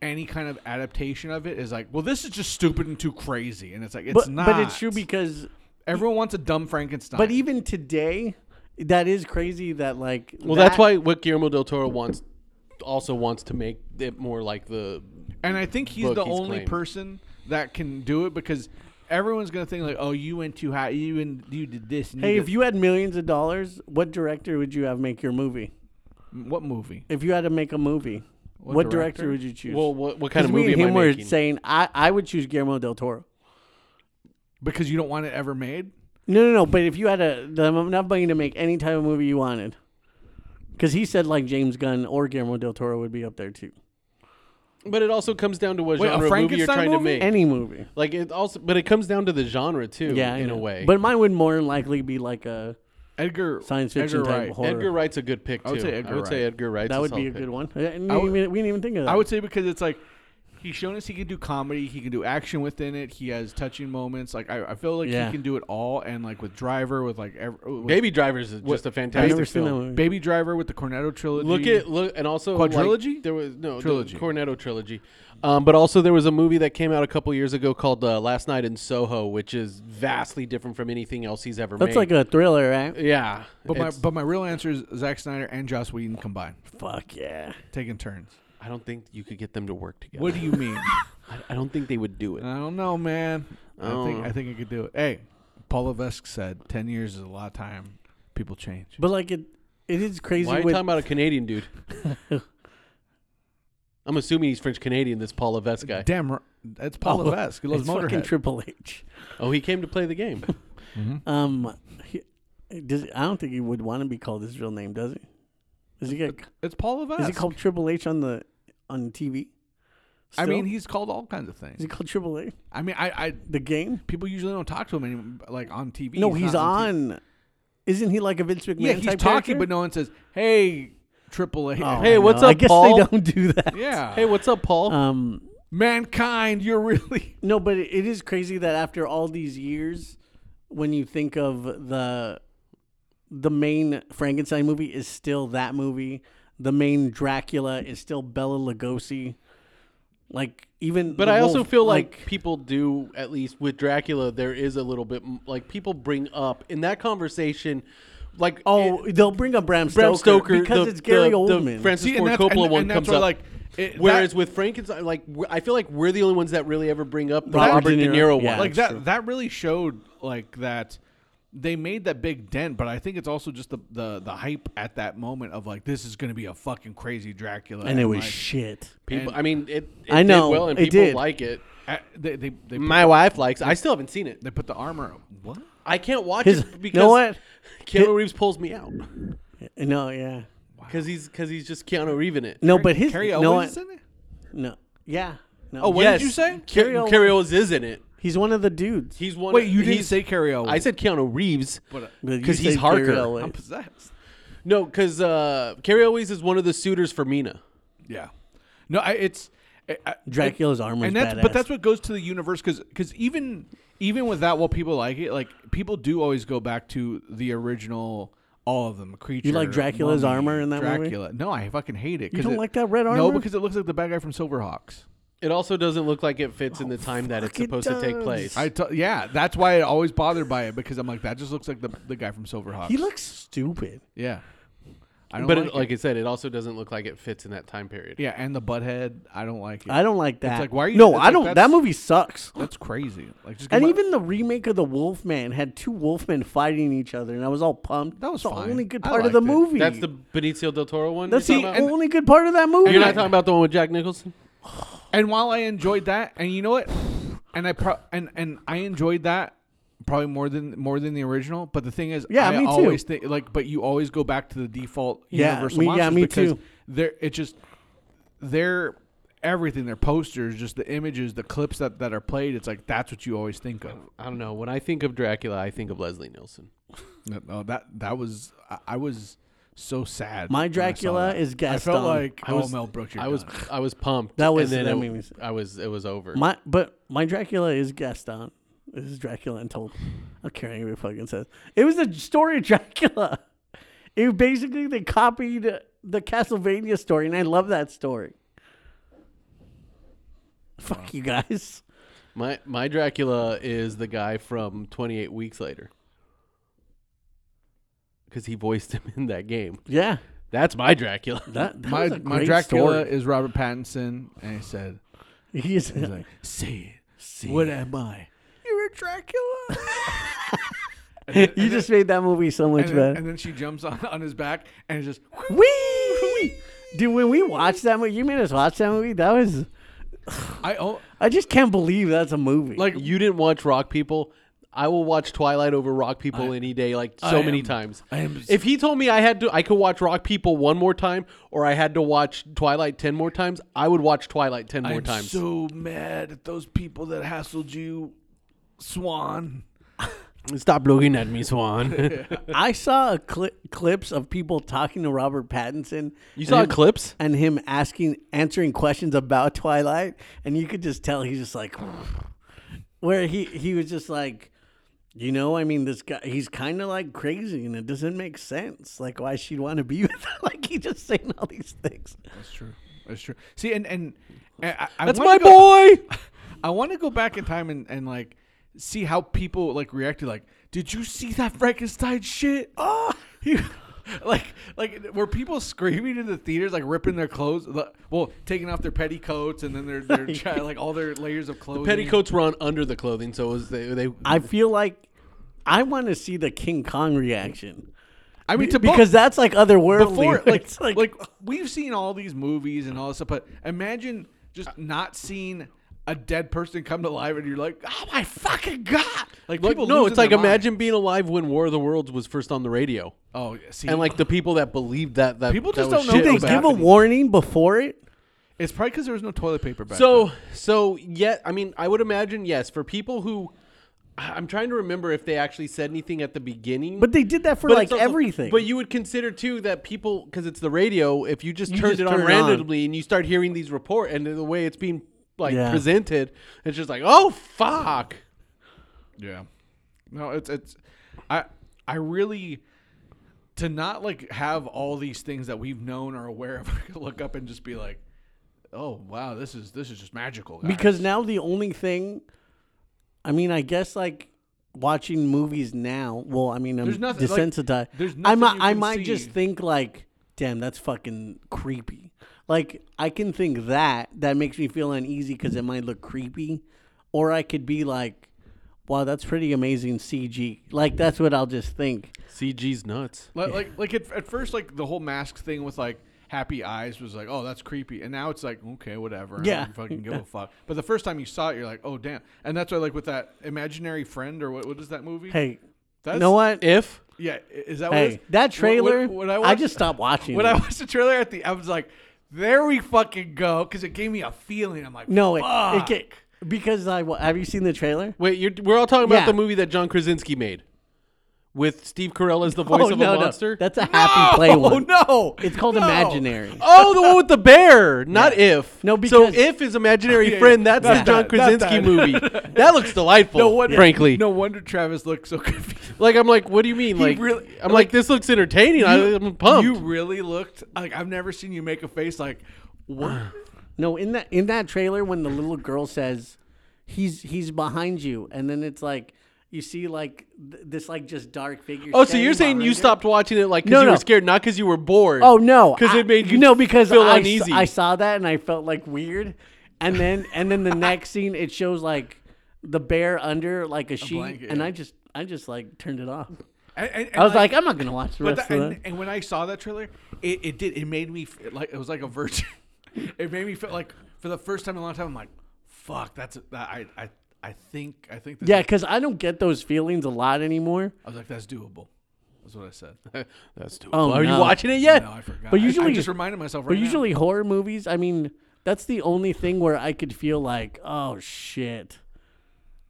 any kind of adaptation of it is like, well, this is just stupid and too crazy, and it's like it's but, not. but it's true because everyone wants a dumb Frankenstein. but even today that is crazy that like Well, that's why what Guillermo del Toro wants also wants to make it more like the. And I think he's book the he's only claimed. person that can do it because everyone's gonna think like, "Oh, you went too high. You and you did this." And Hey, you if you had millions of dollars, what director would you have make your movie? did- what movie? If you had to make a movie, what, director? director? would you choose? Well, what, what kind 'Cause of me movie and am I him were making? saying I, I would choose Guillermo del Toro. Because you don't want it ever made. No, no, no. But if you had a, the am enough money to make any type of movie you wanted, because he said like James Gunn or Guillermo del Toro would be up there too. But it also comes down to what Wait, a genre movie you're Frankenstein trying to movie? make. Any movie, like it also, but it comes down to the genre too. yeah, I in a know. way. But mine would more than likely be like a Edgar science fiction Edgar type Wright. horror. Edgar Wright's a good pick too. I would say Edgar Wright. Edgar Wright's that would solid be a pick. good one. I didn't I would- even- we didn't even think of that. I would say because it's like he's shown us he can do comedy, he can do action within it, he has touching moments. Like I, I feel like Yeah. he can do it all, and like with Driver, with like every, with Baby Driver's is just a I've fantastic never film. seen that movie. Baby Driver with the Cornetto trilogy. Look at look and also like, Quadrilogy? there was no the Trilogy. Cornetto trilogy, um, but also there was a movie that came out a couple years ago called uh, Last Night in Soho, which is vastly different from anything else he's ever That's made. like a thriller, right? yeah, But my it's- but my real answer is Zack Snyder and Joss Whedon combined, Fuck yeah. taking turns. I don't think you could get them to work together. What do you mean? I, I don't think they would do it. I don't know, man. Uh, I think Oh. I think I could do it. Hey, Paul Levesque said ten years is a lot of time. People change. But like it, it is crazy. Why are you with, talking about a Canadian dude? I'm assuming he's French Canadian. This Paul Levesque guy. Damn, ri- that's Paul Oh, Levesque. He loves it's fucking Motorhead. Triple H. Oh, he came to play the game. Um, he, does I don't think he would want to be called his real name, does he? Does he get? it's Paul Levesque. Is he called Triple H on the on TV? I Still? mean, he's called all kinds of is things. he called Triple H? I mean, I, I The game? people usually don't talk to him anymore, like on TV. no, he's not TV. on. Isn't he like a Vince McMahon Yeah, he's type talking, but no one says, "Hey, Triple H, character? Oh, Hey, what's no, I up, guess Paul? they don't do that. yeah, Hey, what's up, Paul? Um, mankind, you're really." No, but it it is crazy that after all these years, when you think of the the main Frankenstein movie is still that movie. The main Dracula is still Bella Lugosi. Like even, But the I also wolf- feel like, people do, at least with Dracula, there is a little bit m- like people bring up in that conversation, like oh, it- they'll bring up Bram Stoker, Bram Stoker because the- it's the- Gary the Oldman. Francis See, and Ford that's- Coppola and- one and that's comes where, up. like, it- Whereas that- with Frankenstein, like w- I feel like we're the only ones that really ever bring up the Robert Robert De De Niro, Niro yeah. one. like that that really showed like that they made that big dent but i think it's also just the the, the hype at that moment of like this is going to be a fucking crazy dracula and it was like, shit. people, and- I mean, it, it I did know, well and it people did. like it. at- they they they, put, My wife likes. it. I still haven't seen it. they put the armor what I can't watch His, it you because know what? Keanu Reeves pulls me out No, yeah, because he's because he's just Keanu Reeves in it. no, but his Carrie no, Owens I- is in it? no, yeah, no. Oh, what yes, did you say? Carrie Owens- Carrie Owens is in it. He's one of the dudes. He's one. Wait, you didn't he's- say Carrie Owens. I said Keanu Reeves But, uh, But you because say he's Gary Harker. Oldman. I'm possessed. No, because uh, Carrie Owens is one of the suitors for Mina. Yeah. No, I, it's I, I- Dracula's armor is and that's badass. but that's what goes to the universe because even even with that, while people like it, like people do always go back to the original. All of them, creature. like Dracula's mummy, armor in that movie? Dracula. No, I fucking hate it. 'cause don't it- like that red No, armor? because it looks like the bad guy from Silverhawks. It also doesn't look like it fits in the time that it's fuck, it supposed to take does. place. I t- yeah, that's why I always bothered by it because I'm like that just looks like the the guy from Silverhawks. he looks stupid. yeah. I don't but like, it, like I said, it also doesn't look like it fits in that time period. it. yeah, and the butthead. I don't like it. I don't like that. like, why are you- No, it's I like, don't. that that's- movie sucks. that's crazy. Like just go And back- even the remake of the Wolfman had two Wolfmen fighting each other, and I was all pumped. That was That's the fine. only good I part of the liked it. movie. That's the Benicio del Toro one. That's you're the talking about? only good part of that movie. You're not talking about the one with Jack Nicholson. And while I enjoyed that, and you know what, and I pro- and and I enjoyed that probably more than more than the original. But the thing is, Yeah, I me too. always think like, but you always go back to the default Yeah, Universal me- yeah, monsters me because too. they're it just they're everything. Their posters, just the images, the clips that that are played. It's like that's what you always think of. I don't know. When I think of Dracula, I think of Leslie Nielsen. No, no, that that was I, I was so sad. My when I saw Dracula that. is I Gaston. felt like I oh was- Mel Brooks. You're I was done. I was pumped. That was- and that then made me- it, I was it was over. My but my Dracula is Gaston. This is Dracula untold. I don't care what anybody fucking says. It was the story of Dracula. It basically they copied the Castlevania story, and I love that story. Fuck you guys. my my Dracula is the guy from 28 Weeks Later. Because he voiced him in that game. Yeah. That's my Dracula. That, that my was a my great Dracula story. is Robert Pattinson, and he said. He's, He's like, say it. What am I? you're a Dracula. you just made that movie so much And then, better. and then she jumps on, on his back and it's just Wee! Dude, when we watched that movie, you made us watch that movie. That was, I oh, I just can't believe that's a movie. like you didn't watch Rock People. I will watch Twilight over Rock People any day, like so I many am- times. I am- If he told me I had to, I could watch Rock People one more time, or I had to watch Twilight ten more times, I would watch Twilight ten more I'm times. so mad at those people that hassled you, Swan. Stop looking at me, Swan. I saw a cli- clips of people talking to Robert Pattinson. you and saw him- clips? and him asking, answering questions about Twilight, and you could just tell he's just like, where he he was just like, you know, I mean, this guy he's kind of like crazy, and it doesn't make sense, like why she'd want to be with him. like he just saying all these things. That's true. That's true. See, and and, and I, I That's wanna my go- boy. I want to go back in time and, and like Ah! see how people like reacted. Like, did you see that Frankenstein shit? Oh, he, like like were people screaming in the theaters like ripping their clothes li- well taking off their petticoats and then their, their chi- like all their layers of clothing Petticoats were on under the clothing, so it was they. they I feel like I want to see the King Kong reaction i mean to both- because that's like otherworldly. before like, It's like oh. we've seen all these movies and all this stuff but imagine just not seeing a dead person come to life and you're like oh my fucking god like Like, people no, losing it's like their mind. imagine being alive when War of the Worlds was first on the radio, oh yeah, see and like the people that believed that that People that just was don't know shit they was give a happening. warning before it. it's probably because there was no toilet paper back So so yet I mean I would imagine yes for people who I- I'm trying to remember if they actually said anything at the beginning. But they did that for But like it's also- everything. But you would consider too that people because it's the radio. If you just You turned just it on turn it on. randomly and you start hearing these report and the way it's being like Yeah. presented, it's just like oh fuck. then. yeah no it's it's i i really to not like have all these things that we've known or aware of look up and just be like oh wow this is this is just magical guys. because now the only thing i mean i guess like watching movies now well i mean i'm There's nothing- like, desensitized there's i nothing might you i can might see. just think like damn that's fucking creepy like i can think that that makes me feel uneasy because it might look creepy or i could be like wow that's pretty amazing cg like that's what i'll just think CG's nuts. Like, like, like at, at first, like the whole mask thing with like happy eyes was like, oh, that's creepy, and now it's like, okay, whatever. I don't Yeah. fucking give a fuck. But the first time you saw it, you're like, oh, damn. And that's why, like, with that imaginary friend or what, what is that movie? hey that's, you know what If Yeah, i- is that what? it hey is? that Wh- wh- trailer when I, watched- just stopped watching When it. I watched the trailer at the, I was like, there we fucking go, because it gave me a feeling. I'm like, no it, it fuck. ca- because i wa- have you seen the trailer wait, you're, we're all talking about Yeah. the movie that John Krasinski made with Steve Carell as the voice of a monster. Oh, That's a happy play Oh one. no! It's called no. Imaginary. Oh, the one with the bear, not if. No, so because- if is imaginary Yeah, friend. That's not the John that, not Krasinski that. movie. That looks delightful. No wonder, frankly. no wonder Travis looks so confused. Like I'm like, what do you mean? Like really- I'm like, this looks entertaining. I, You- am pumped. You really looked like I've never seen you make a face like what? No, in that in that trailer when the little girl says he's he's behind you and then it's like you see like th- this like just dark figure. oh, so you're saying behind you her. stopped watching it like because No, you no. were scared, not because you were bored. Oh no. because I- it made you No, because feel I, s- uneasy. I saw that and I felt like weird. And then and then the next scene it shows like the bear under like a sheet blanket, and yeah. I just I just like turned it off. And- and- and I was like, I'm not gonna watch the but rest that- of and, that. and when I saw that trailer, it, it did. It made me f- like it was like a virgin. it made me feel like for the first time in a long time. I'm like, fuck, that's that, I I I think I think this Yeah, is- because I don't get those feelings a lot anymore. I was like, that's doable. That's what I said. that's too. Oh, Are you no. watching it yet? No, I forgot. But I- I, usually- just reminded myself. Right But now. usually horror movies, I mean, that's the only thing where I could feel like, oh shit.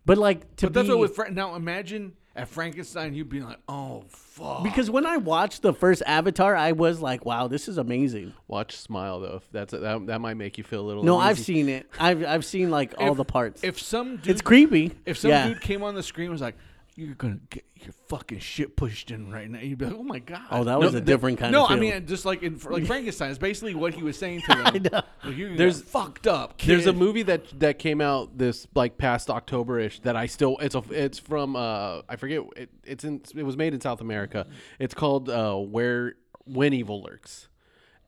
But like to but that's be what with Fra- now. Imagine at Frankenstein, you'd be like, oh fuck. because when I watched the first Avatar, I was like, wow, this is amazing. Watch Smile though. If that's that, that might make you feel a little. No, I've uneasy. seen it. I've I've seen like all If- the parts. if some dude it's creepy. If some Yeah. dude came on the screen and was like, "You're gonna get your fucking shit pushed in right now," you'd be like, "Oh my god!" Oh, that was a different kind no, of I feeling. mean, just like in like Frankenstein is basically what he was saying to them. I know. Like, you're There's- There's fucked up. Kid. There's a movie that that came out this like past October-ish that I still it's a it's from uh I forget it, it's in it was made in South America. It's called uh Where When Evil Lurks,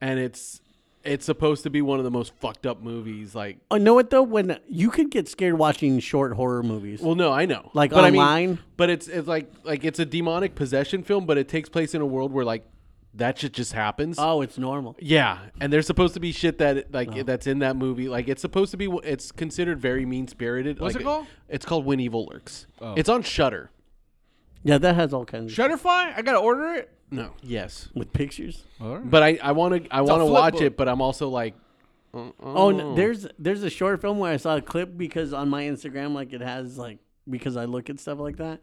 and it's it's supposed to be one of the most fucked up movies. Like, Oh, know what though? When you could get scared watching short horror movies. well, no, I know, Like but I mean, online? but it's it's like like it's a demonic possession film, but it takes place in a world where like that shit just happens. oh, it's normal. Yeah, and there's supposed to be shit that like Oh. that's in that movie. Like it's supposed to be. It's considered very mean spirited. What's it called? Oh. It's called When Evil Lurks. It's on Shutter. Yeah, that has all kinds of Shutterfly. I gotta order it. No. Yes. with pictures. But I I want to I want to flip watch book. it, but I'm also like Oh, n there's there's a short film where I saw a clip because on my Instagram, like it has like because I look at stuff like that.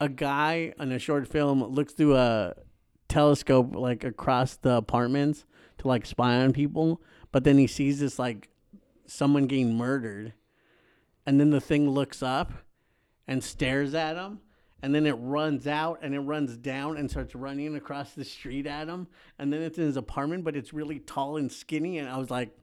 A guy on a short film looks through a telescope like across the apartments to like spy on people, but then he sees this like someone getting murdered, and then the thing looks up and stares at him. And then it runs out and it runs down and starts running across the street at him. And then it's in his apartment, but it's really tall and skinny. And I was like,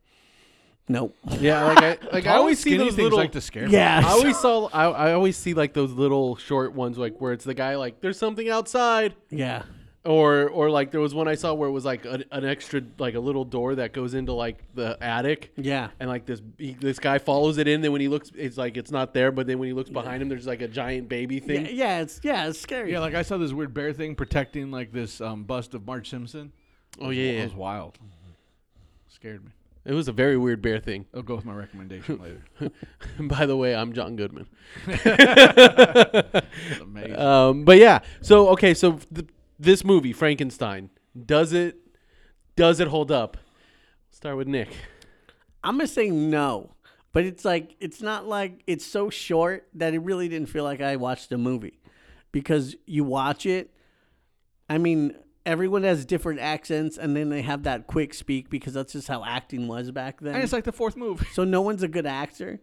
Nope. yeah like I like I always see Skinny those things little like to scare. me. Yeah. I always saw I, I always see like those little short ones like where it's the guy like there's something outside yeah. Or or like there was one I saw where it was like an, an extra like a little door that goes into like the attic. Yeah. And like this he, this guy follows it in. Then when he looks, it's like it's not there. But then when he looks behind him, there's like a giant baby Yeah, thing. yeah, it's yeah, it's scary. Yeah, like I saw this weird bear thing protecting like this um, bust of Marge Simpson. Oh yeah, It yeah. was wild. Scared me. it was a very weird bear thing. I'll go with my recommendation later. By the way, I'm John Goodman. It's amazing. Um, but yeah, so okay, so th- this movie Frankenstein does it does it hold up? Start with Nick. I'm gonna say no, but it's like it's not like it's so short that it really didn't feel like I watched a movie, because you watch it. I mean, everyone has different accents, and then they have that quick speak because that's just how acting was back then. and it's like the fourth movie. so no one's a good actor.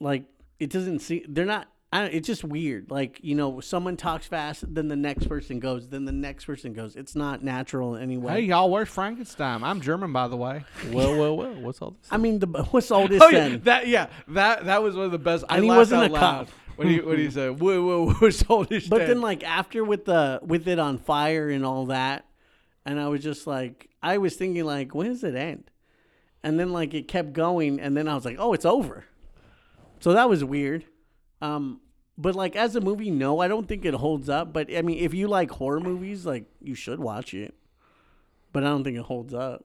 Like it doesn't see they're not. I don't, it's just weird. Like you know, someone talks fast, then the next person goes, then the next person goes. It's not natural in any way. y'all, where's Frankenstein? I'm German, by the way. Well, well, well. What's all this? I mean, the what's all this Oh yeah, then? that yeah, that that was one of the best. I And he laughed wasn't out a loud cop. when he when he said, "Whoa, whoa, whoa, soldiers." But then, like after with the with it on fire and all that, and I was just like, I was thinking like, when does it end? And then like it kept going, and then I was like, oh, it's over. So that was weird. Um, but like as a movie, no, I don't think it holds up. But I mean, if you like horror movies, like you should watch it. But I don't think it holds up.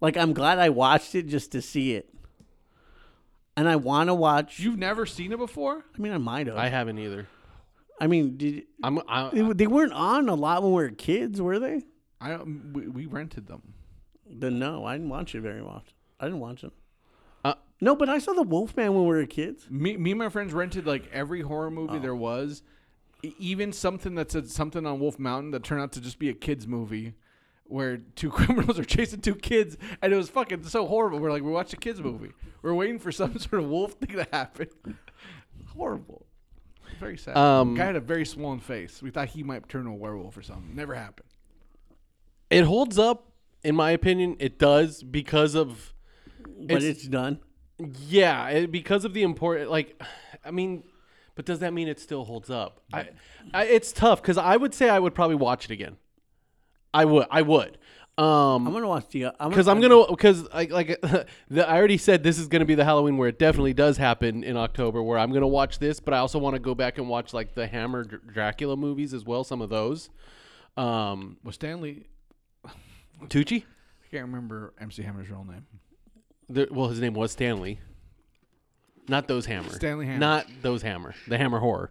Like I'm glad I watched it just to see it, and I want to watch. you've never seen it before. I mean, I might have. I I, haven't either. mean, did I'm I, they, they weren't on a lot when we were kids, were they? I don't, we, we rented them. Then no, I didn't watch it very often. I didn't watch it. Uh, no, but I saw the Wolfman when we were kids. Me, me and my friends rented like every horror Oh. movie there was, E- even something that said something on Wolf Mountain that turned out to just be a kids movie, where two criminals are chasing two kids, and it was fucking so horrible. We're like, we watched a kids movie. We're waiting for some sort of wolf thing to happen. horrible. Very sad. Um, Guy had a very swollen face. We thought he might turn a werewolf or something. Never happened. it holds up in my opinion. It does because of But it's, It's- done. yeah, it, because of the important like I mean, but does that mean it still holds up? I, I it's tough cuz I would say I would probably watch it again. I would I would. Um I'm gonna watch the. I'm because I'm gonna because like like the, I already said this is gonna be the Halloween where it definitely does happen in October where I'm gonna watch this, but I also want to go back and watch like the Hammer Dr- Dracula movies as well, some of those. Um, Well, Stanley, Tucci, I can't remember MC Hammer's real name. the, well his name was Stanley, not those Hammer, Stanley Hammer. not those Hammer, the Hammer horror,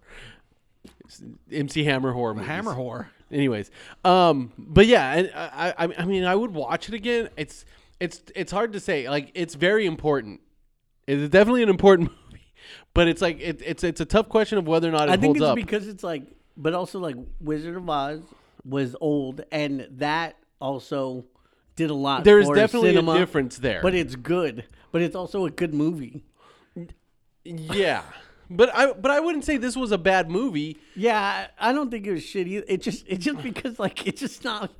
It's MC Hammer horror, movies. Hammer whore. Anyways, um, but yeah, and I, I, I mean, I would watch it again. It's, it's, it's hard to say. Like, it's very important. It's definitely an important movie, but it's like it, it's, it's a tough question of whether or not it I think holds it's up. because it's like, but also like Wizard of Oz was old, and that also did a lot. there is for definitely cinema, a difference there. But it's good. But it's also a good movie. yeah, but I, but I wouldn't say this was a bad movie. Yeah, I I don't think it was shitty. It just, it just because like it's just not.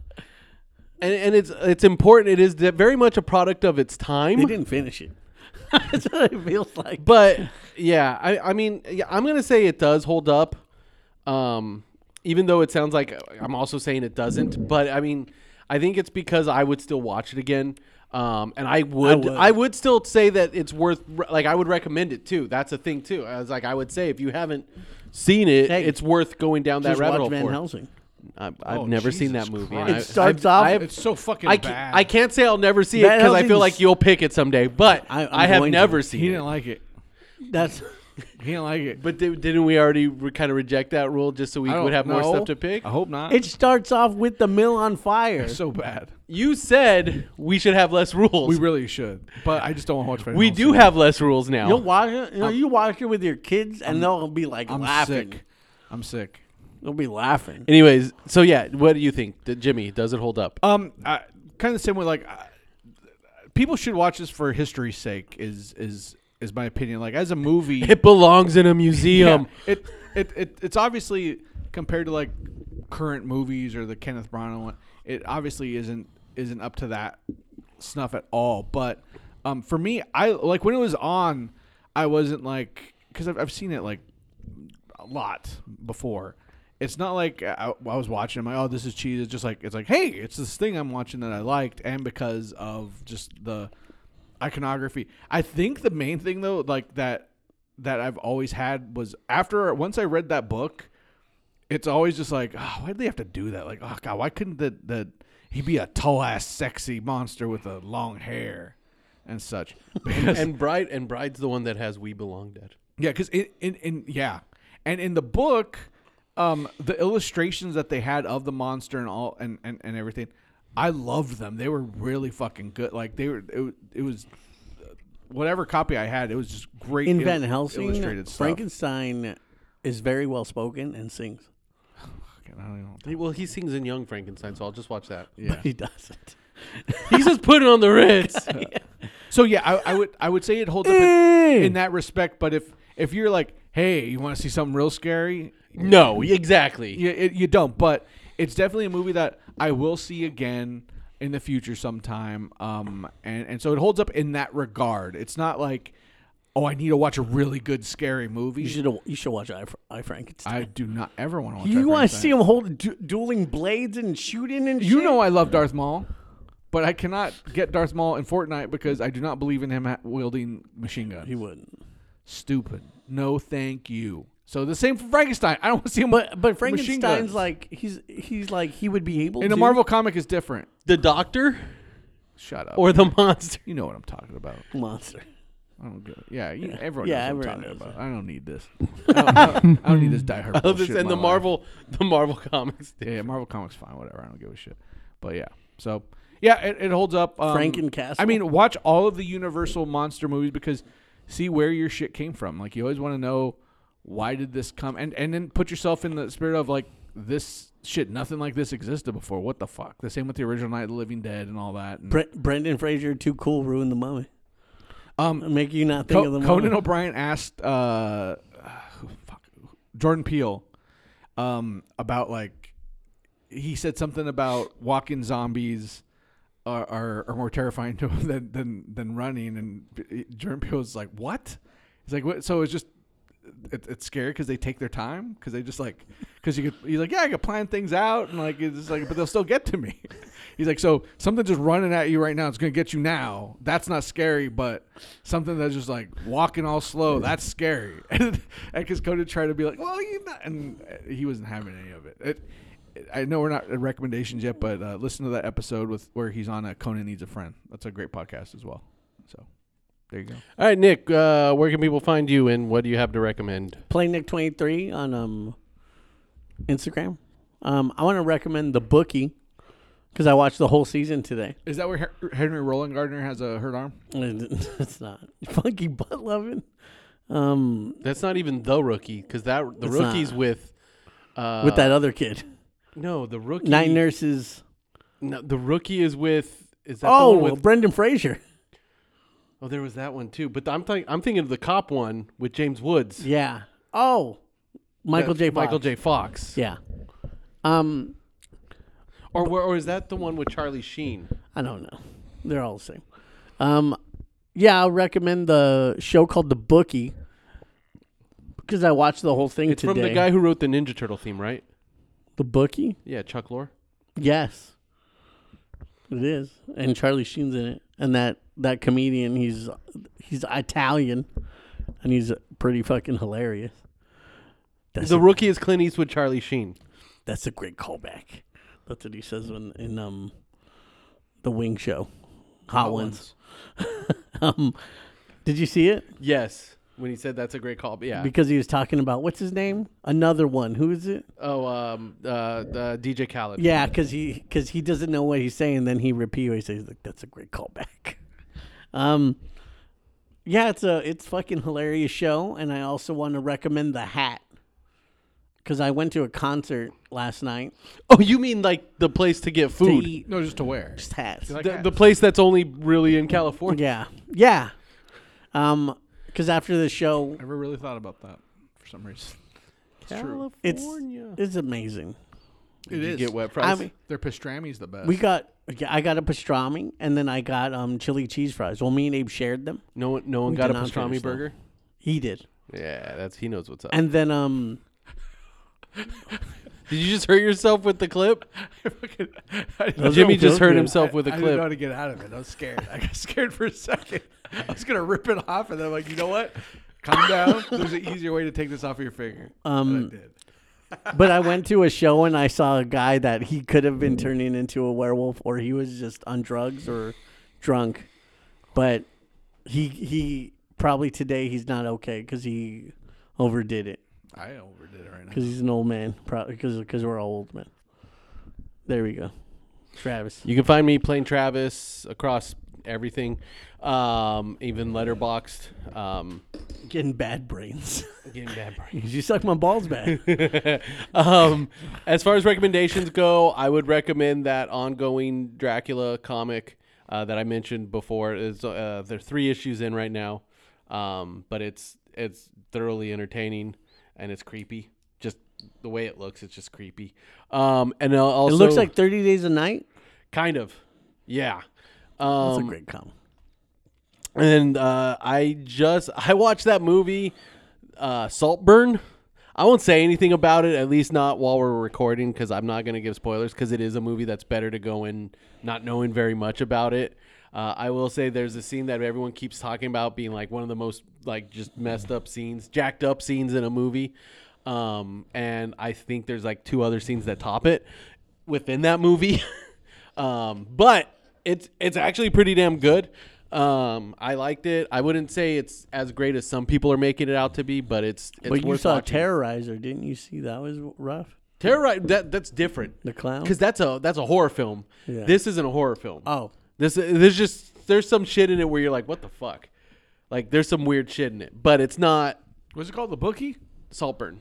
And, and it's it's important. It is de- very much a product of its time. They didn't finish it. That's what it feels like. but yeah, I, I mean, yeah, I'm gonna say it does hold up. Um, even though it sounds like uh, I'm also saying it doesn't, but I mean, I think it's because I would still watch it again. Um, and I would, I would, would. still say that it's worth, like, I would recommend it too. That's a thing too. I was like, I would say if you haven't seen it, Hey, it's worth going down that just rabbit watch hole Van for. Helsing. I, I've Oh, never seen Jesus that movie. Christ. and It I- starts I've- off- I've- It's so fucking I bad. can't, I can't say I'll never see it Van because I feel Helsing's- like you'll pick it someday, but I- I, I'm have going to. never He seen it. didn't like it. That's He didn't like it. But di- didn't we already re- kind of reject that rule just so we I would don't have more know. stuff to pick? I hope not. it. Starts off with the mill on fire. so bad. You said we should have less rules. We We, really should, but I just don't want to watch. Van Helsing. do have less rules now. You'll watch it. You, know, you watch it with your kids, and they'll be like I'm laughing. sick. I'm sick. They'll be laughing. Anyways, so yeah, what do you think, D- Jimmy? Does it hold up? Um, I, kind of the same way. Like, I, people should watch this for history's sake. Is is is my opinion? Like, as a movie, It belongs in a Yeah, museum. it, it it it's obviously compared to like current movies or the Kenneth Branagh one. It obviously isn't isn't up to that snuff at all. But um, for me, I like when it was on. I wasn't like because I've, I've seen it like a lot before, it's not like uh, I, I was watching. I'm like, oh, this is cheese. It's just like it's like, hey, it's this thing I'm watching that I liked, and because of just the iconography. I think the main thing though, like that that I've always had was after once I read that book, it's always just like, oh, why did they have to do that? Like, oh god, why couldn't the the he be a tall ass sexy monster with a long hair and such? Because And bride and bride's the one that has we belong dead. yeah, because in, in in yeah, and in the book, um, the illustrations that they had of the monster and all and and, and everything, I loved them. They were really fucking good. Like they were. It, wa- it was whatever copy I had. It was just great. In il- Van Helsing, illustrated stuff. Frankenstein is very well spoken and sings. Fucking, I don't even know. He- Well, he sings in Young Frankenstein, so I'll just watch that. Yeah. He doesn't. He's just putting on the Ritz. So yeah, I, I would I would say it holds up Eh. in, in that respect. But if if you're like, hey, you want to see something real scary, no, exactly. you, it, you don't. But it's definitely a movie that I will see again in the future sometime. Um, and and so it holds up in that regard. It's not like, oh, I need to watch a really good scary movie. You should you should watch I, Fr- I Frankenstein. I do not ever want to watch. you want to Frankenstein. see him hold du- dueling blades and shooting and You shit? know I love Darth Maul. But I cannot get Darth Maul in Fortnite because I do not believe in him ha- wielding machine guns. he wouldn't. stupid. No, thank you. So the same for Frankenstein. I don't want to see him. But but machine Frankenstein's guns. like he's he's like he would be able and to a Marvel comic is different. The doctor Shut up. or the monster? you know what I'm talking about. monster. I don't get. Yeah, you, everyone Yeah, knows what everyone I'm talking knows about. I don't need this. I don't, I don't- I don't need this Die Hard. I love bullshit this. in And my the life. Marvel, the Marvel comics. Yeah, yeah, Marvel comics fine. Whatever. I don't give a shit. But yeah. So yeah, it, it holds up. Um, Frankencastle? I mean, watch all of the Universal monster movies because see where your shit came from. Like you always want to know why did this come, and and then put yourself in the spirit of like this shit. Nothing like this existed before. What the fuck? The same with the original Night of the Living Dead and all that. And, Bre- Brendan Fraser, too cool, ruined the mummy. um, Make you not think Co- of the mummy. Conan O'Brien asked uh, who- fuck, Jordan Peele um, about like he said something about walking zombies are, are, are more terrifying to him than, than than running, and Jordan Peele was like, "What?" He's like, "What?" So it's just it, it's scary because they take their time because they just like because you could he's like yeah I could plan things out and like it's just like but they'll still get to me. He's like so something just running at you right now it's gonna get you now that's not scary but something that's just like walking all slow that's scary. and because Conan tried to be like well you not and uh, he wasn't having any of it. it I know we're not at recommendations yet, but uh, listen to that episode with where he's on uh, Conan Needs a Friend. That's a great podcast as well. So there you go. All right, Nick, uh, where can people find you and what do you have to recommend? Plain Nick twenty three on um Instagram. Um, I want to recommend the bookie because I watched the whole season today. Is that where Her- Henry Roland Gardner has a hurt arm? It's not funky butt loving. Um, That's not even the rookie because that the It's rookie's not. with uh, with that other kid, No, the rookie. night nurses. No, the rookie is with. Is that the Oh, one with? Brendan Fraser. Oh, there was that one too. But I'm think I'm thinking of the cop one with James Woods. Yeah. Oh, Michael That- J. Fox. Michael J. Fox. Yeah. Um, Or where- or is that the one with Charlie Sheen? I don't know. They're all the same. Um, yeah, I'll recommend the show called The Bookie because I watched the whole thing It's today. from the guy who wrote the Ninja Turtle theme, right? The Bookie? Yeah, Chuck Lorre. Yes, it is. And Charlie Sheen's in it, and that that comedian he's he's Italian, and he's pretty fucking hilarious. That's The a, rookie is Clint Eastwood, Charlie Sheen. that's a great callback. That's what he says when in um the Wing Show, Hot, Ones. um, did you see it? Yes, when he said that's a great call. But yeah. because he was talking about what's his name another one who is it oh, um, uh, uh, DJ Khaled. yeah because he because he doesn't know what he's saying then he repeats what he says like that's a great callback um yeah it's a it's fucking hilarious show and i also want to recommend the hat because i went to a concert last night Oh, you mean like the place to get food? to eat No, just to wear. just hats the, the place that's only really in California. yeah yeah um because after the show Never really thought about that for some reason. true. it's it's amazing It You is. get wet i fries. mean Their pastrami's the best. We got yeah, I got a pastrami and then I got um chili cheese fries. Well, me and Abe shared them. no one, no one We got a did not finish pastrami that. burger. He did. Yeah, that's he knows what's up. And then um Did you just hurt yourself with the clip? Jimmy Jimmy don't feel just hurt good. himself with a I didn't know how clip. to get out of it. I was scared. I got scared for a second. I was gonna rip it off, and then I'm like, you know what? Calm down. There's an easier way to take this off of your finger. Um, And I did. but I went to a show and I saw a guy that he could have Mm. been turning into a werewolf or he was just on drugs or drunk. But he he probably today he's not okay cuz he overdid it I overdid it right now. cuz he's an old man probably cuz cuz we're all old men. There we go. Travis. You can find me playing Travis across everything, um, even letterboxed. Um, Getting bad brains. getting bad brain. you suck my balls back. um, as far as recommendations go, I would recommend that ongoing Dracula comic uh, that I mentioned before. Is uh, there are three issues in right now, um, but it's it's thoroughly entertaining and it's creepy. Just the way it looks, it's just creepy. Um, and al- It also, looks like 30 days a night. kind of, yeah. That's Um, a great comic. and uh, I just I watched that movie, uh, Saltburn. I won't say anything about it, at least not while we're recording, because I'm not going to give spoilers. Because it is a movie that's better to go in not knowing very much about it. Uh, I will say there's a scene that everyone keeps talking about being like one of the most like just messed up scenes, jacked up scenes in a movie. Um, and I think there's like two other scenes that top it within that movie. um, but it's it's actually pretty damn good. Um, I liked it. I wouldn't say it's as great as some people are making it out to be, but it's it's But you worth saw watching. Terrorizer, didn't you see that was rough? Terrorite that that's different The clown? because that's a that's a horror film. Yeah. This isn't a horror film. Oh. This there's just there's some shit in it where you're like, what the fuck? Like there's some weird shit in it, but it's not Was it called the bookie? Saltburn.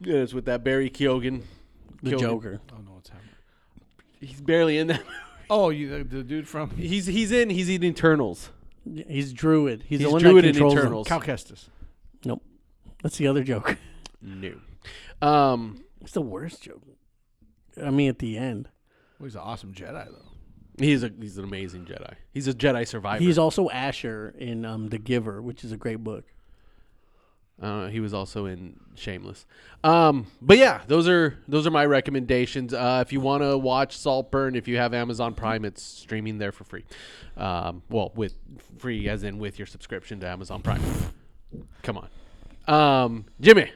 yeah. it's with that Barry Keoghan. The Keoghan. Joker. Oh no, it's happening. He's barely in that. Oh, you the, the dude from he's he's in he's in Eternals. Yeah, He's Druid. He's, He's the one Druid that in controls them. Eternals. Cal Kestis. Nope. That's the other joke. No. Um. It's the worst joke. I mean, at the end, Well, he's an awesome Jedi though. He's a he's an amazing Jedi. He's a Jedi survivor. he's also Asher in um, The Giver, which is a great book. Uh, he was also in Shameless. Um, but yeah, those are those are my recommendations. Uh, if you want to watch Saltburn, if you have Amazon Prime, it's streaming there for free. Um, well, with free as in with your subscription to Amazon Prime. Come on, um, Jimmy,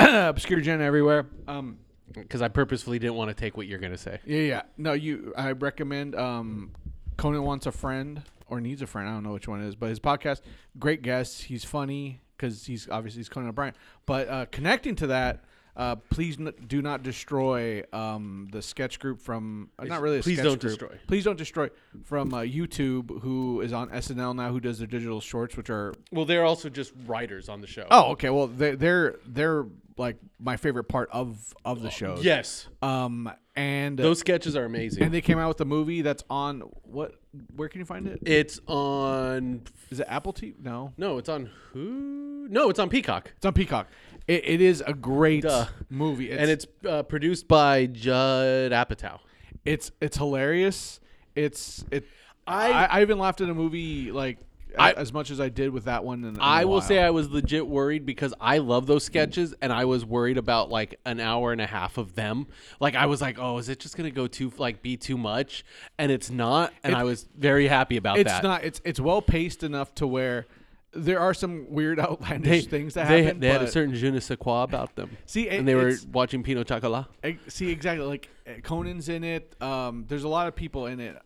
Uh, Obscure Gen everywhere. Um, because I purposefully didn't want to take what you're gonna say. yeah, yeah. No, you. I recommend. Um, Conan wants a friend or needs a friend. I don't know which one it is, but his podcast, great guest. He's funny because he's obviously he's Conan O'Brien. But uh, connecting to that. Uh, please n- do not destroy um, the sketch group from uh, not really a Please sketch don't group. destroy. please don't destroy from uh, YouTube who is on SNL now who does their digital shorts which are Well, they're also just writers on the show. Oh, okay. Well, they, they're they're like my favorite part of of the show. yes, Um, and those sketches are amazing. Oh. and they came out with a movie that's on what? Where can you find it? it's on Is it Apple TV? No, no, it's on who? No, it's on Peacock. it's on Peacock. It, it is a great Duh. movie, it's, Oh, and it's uh, produced by Judd Apatow. it's it's hilarious. It's it. I- I I, even laughed at a movie like I- as much as I did with that one. In, in I a will while. say I was legit worried because I love those sketches, and I was worried about like an hour and a half of them. Like I was like, oh, is it just gonna go too like be too much? And it's not, and I was very happy about it's that. not. It's it's well paced enough to where. There are some weird outlandish things that they, happen. they had a but- certain je ne sais quoi about them. See, it- and they were it's- watching Pino Chocolat. I, see exactly like uh, Conan's in it. Um, there's a lot of people in it.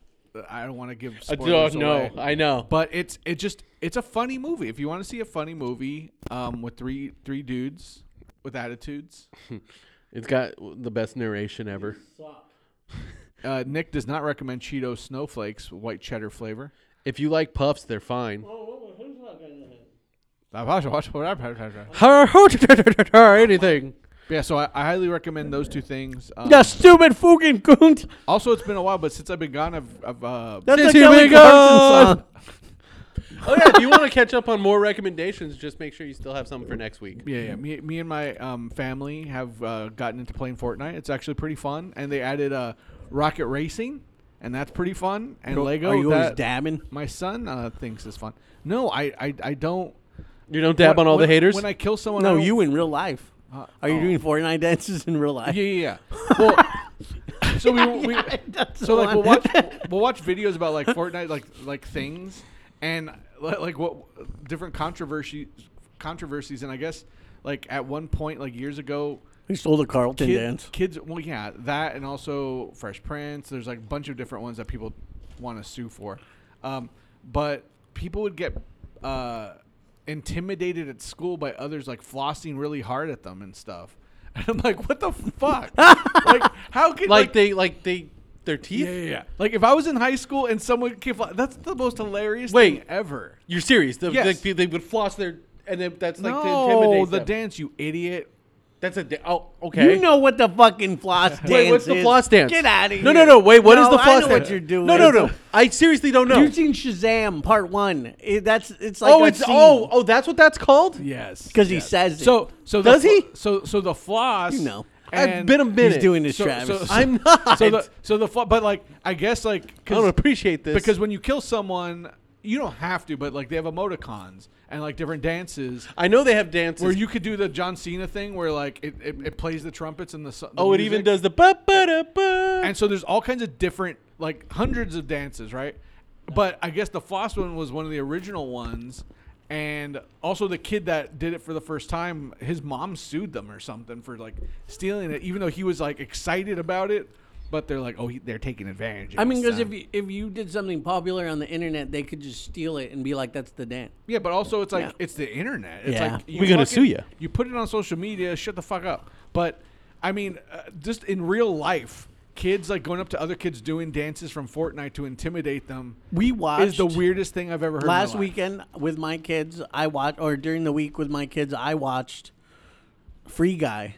I don't want to give spoilers away. Uh, I know. but it's it just it's a funny movie. If you want to see a funny movie, um, with three three dudes with attitudes, It's got the best narration ever. uh, Nick does not recommend Cheeto snowflakes, white cheddar flavor. If you like puffs, they're fine. Anything. Yeah, so I, I highly recommend those two things. Um, Yeah, stupid fucking goont. Also, it's been a while, but since I've been gone, I've, I've uh, That's Since a you Kelly been Clarkson gone. song. Oh yeah, if you want to catch up on more recommendations, just make sure you still have some for next week. Yeah, yeah. Me, me and my um, family have uh, gotten into playing Fortnite. It's actually pretty fun, and they added uh, rocket racing, and that's pretty fun. And Lego. Are you always that dabbing? My son uh, thinks is fun. No, I, I, I don't You don't dab when- on all when- the haters. When I kill someone, I No, don't- you in real life. Uh, Are oh. you doing 49 dances in real life? Yeah, yeah, yeah. Well, so we, we so like we'll watch we'll watch videos about like Fortnite like like things and li- like what different controversy controversies and I guess like at one point like years ago He stole the Carlton kid- dance. kids well yeah that and also Fresh Prince there's like a bunch of different ones that people want to sue for um, but people would get uh, intimidated at school by others like flossing really hard at them and stuff and I'm like what the fuck like how can Like they like they their teeth. yeah, yeah, yeah. Like if I was in high school and someone came, fly- that's the most hilarious Wait. thing ever. You're serious? The, Yes. they, they would floss their and then that's like to no, intimidate the them. dance, you idiot. that's a da- oh okay. You know what the fucking floss dance Wait, what's the is. floss dance? Get out of here. No, no, no. Wait, what is No, the floss I know dance? what you're doing. No, no, no. I seriously don't know. You've seen Shazam Part One. It- that's it's like oh, a it's scene. oh, oh, that's what that's called. Yes. because he says it. So, so Does the, fl- he? So, so the floss. You know. I've been a minute. he's doing his So- Travis. so- so- I'm not. So the so the fl- but like I guess like I don't appreciate this because when you kill someone, you don't have to, but like they have emoticons and like different dances. I know they have dances. Where you could do the John Cena thing, where like it, it, it plays the trumpets and the, su- the oh, it even music. does the ba ba da ba. and so there's all kinds of different like hundreds of dances right but i guess the floss one was one of the original ones and also the kid that did it for the first time his mom sued them or something for like stealing it even though he was like excited about it but they're like oh he, they're taking advantage of I mean, us because if now. you, if you did something popular on the internet, they could just steal it and be like, "That's the dance." yeah but also it's like Yeah. it's the internet it's Yeah. like you We gonna fucking- sue ya. you put it on social media shut the fuck up but i mean uh, just in real life kids like going up to other kids doing dances from fortnite to intimidate them We watched is the weirdest thing I've ever heard. in my last life. weekend with my kids. I watched, or during the week with my kids, I watched Free Guy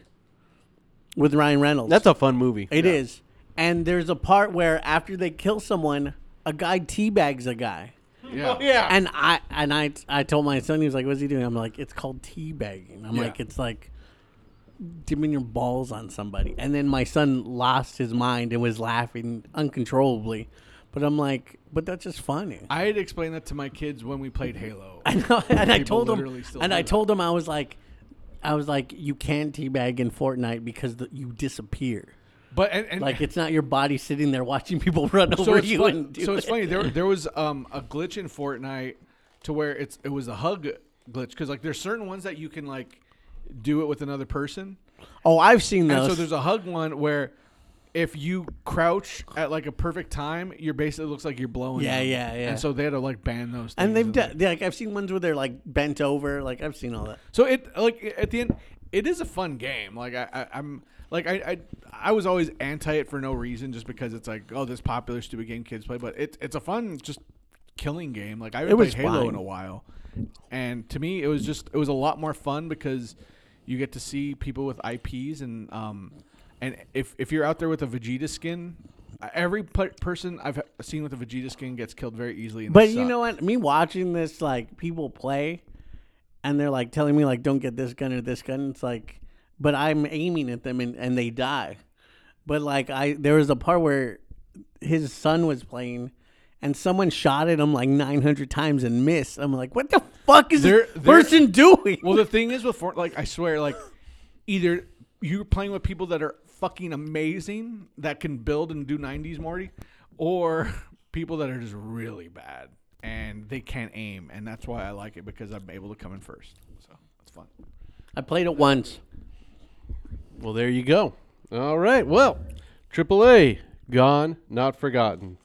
with Ryan Reynolds. that's a fun movie. It is, And there's a part where after they kill someone, a guy teabags a guy. Yeah. And I and I I told my son, he was like, What's he doing? I'm like, It's called teabagging. I'm Yeah. like, it's like dipping your balls on somebody. And then my son lost his mind and was laughing uncontrollably. But I'm like, but that's just funny. I had explained that to my kids when we played Halo. I know, and I People told him, literally still and do I that. told him, I was like, I was like, you can't teabag in Fortnite because the, you disappear. But and, and Like it's not your body sitting there watching people run so over it's you fun- and do so it's it. funny. There there was um a glitch in Fortnite to where it's it was a hug glitch because like there's certain ones that you can like do it with another person. Oh, I've seen And those. so there's a hug one where if you crouch at like a perfect time, you're basically it looks like you're blowing. Yeah, them. yeah, yeah. And so they had to like ban those. Things and they've like- done yeah, like I've seen ones where they're like bent over. Like I've seen all that. So it like at the end, it is a fun game. Like I, I I'm like I, I I was always anti it for no reason, just because it's like oh this popular stupid game kids play, but it's it's a fun just killing game. Like I haven't It was played Halo fine. in a while, and to me it was just it was a lot more fun because you get to see people with IPs and um and if if you're out there with a Vegeta skin. Every pe- person I've seen with a Vegeta skin gets killed very easily. And they But you suck. know what? Me watching this, like people play, and they're like telling me like, "Don't get this gun or this gun." It's like, but I'm aiming at them and, and they die. But like I, there was a part where his son was playing, and someone shot at him like 900 times and missed. I'm like, what the fuck is They're- this they're- person doing? Well, the thing is with Fort, like I swear, like either you're playing with people that are fucking amazing that can build and do '90s Morty, or people that are just really bad and they can't aim, and that's why I like it because I'm able to come in first. So that's fun. I played it once. Well, there you go. All right. Well, AAA gone, not forgotten.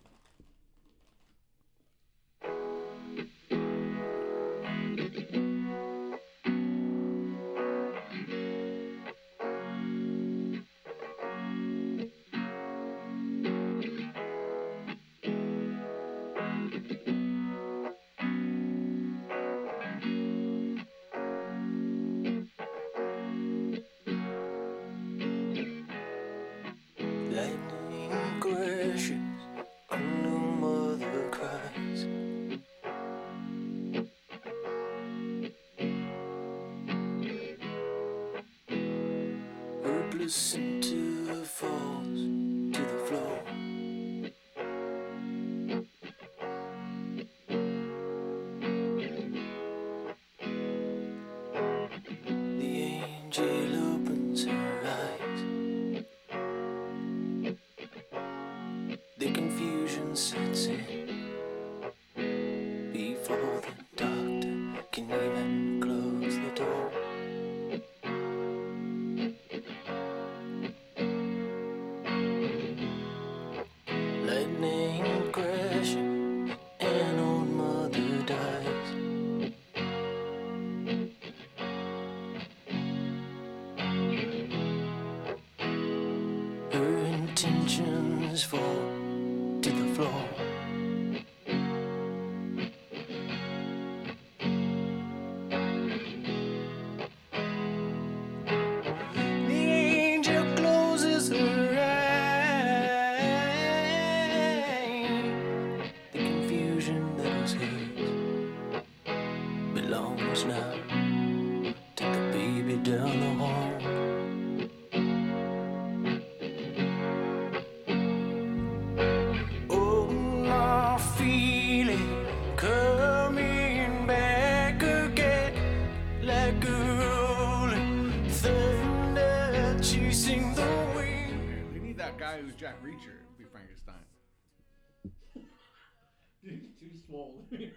Lightning crashes, a new mother cries. Hopeless into falls to the floor. The angel opens. hands fall to the floor. The angel closes her eyes. The confusion that was his belongs now to the baby down the hall. Oh, my feeling coming back again like a rolling thunder chasing the wind. We need that guy who's Jack Reacher. Be Frankenstein. Too swollen.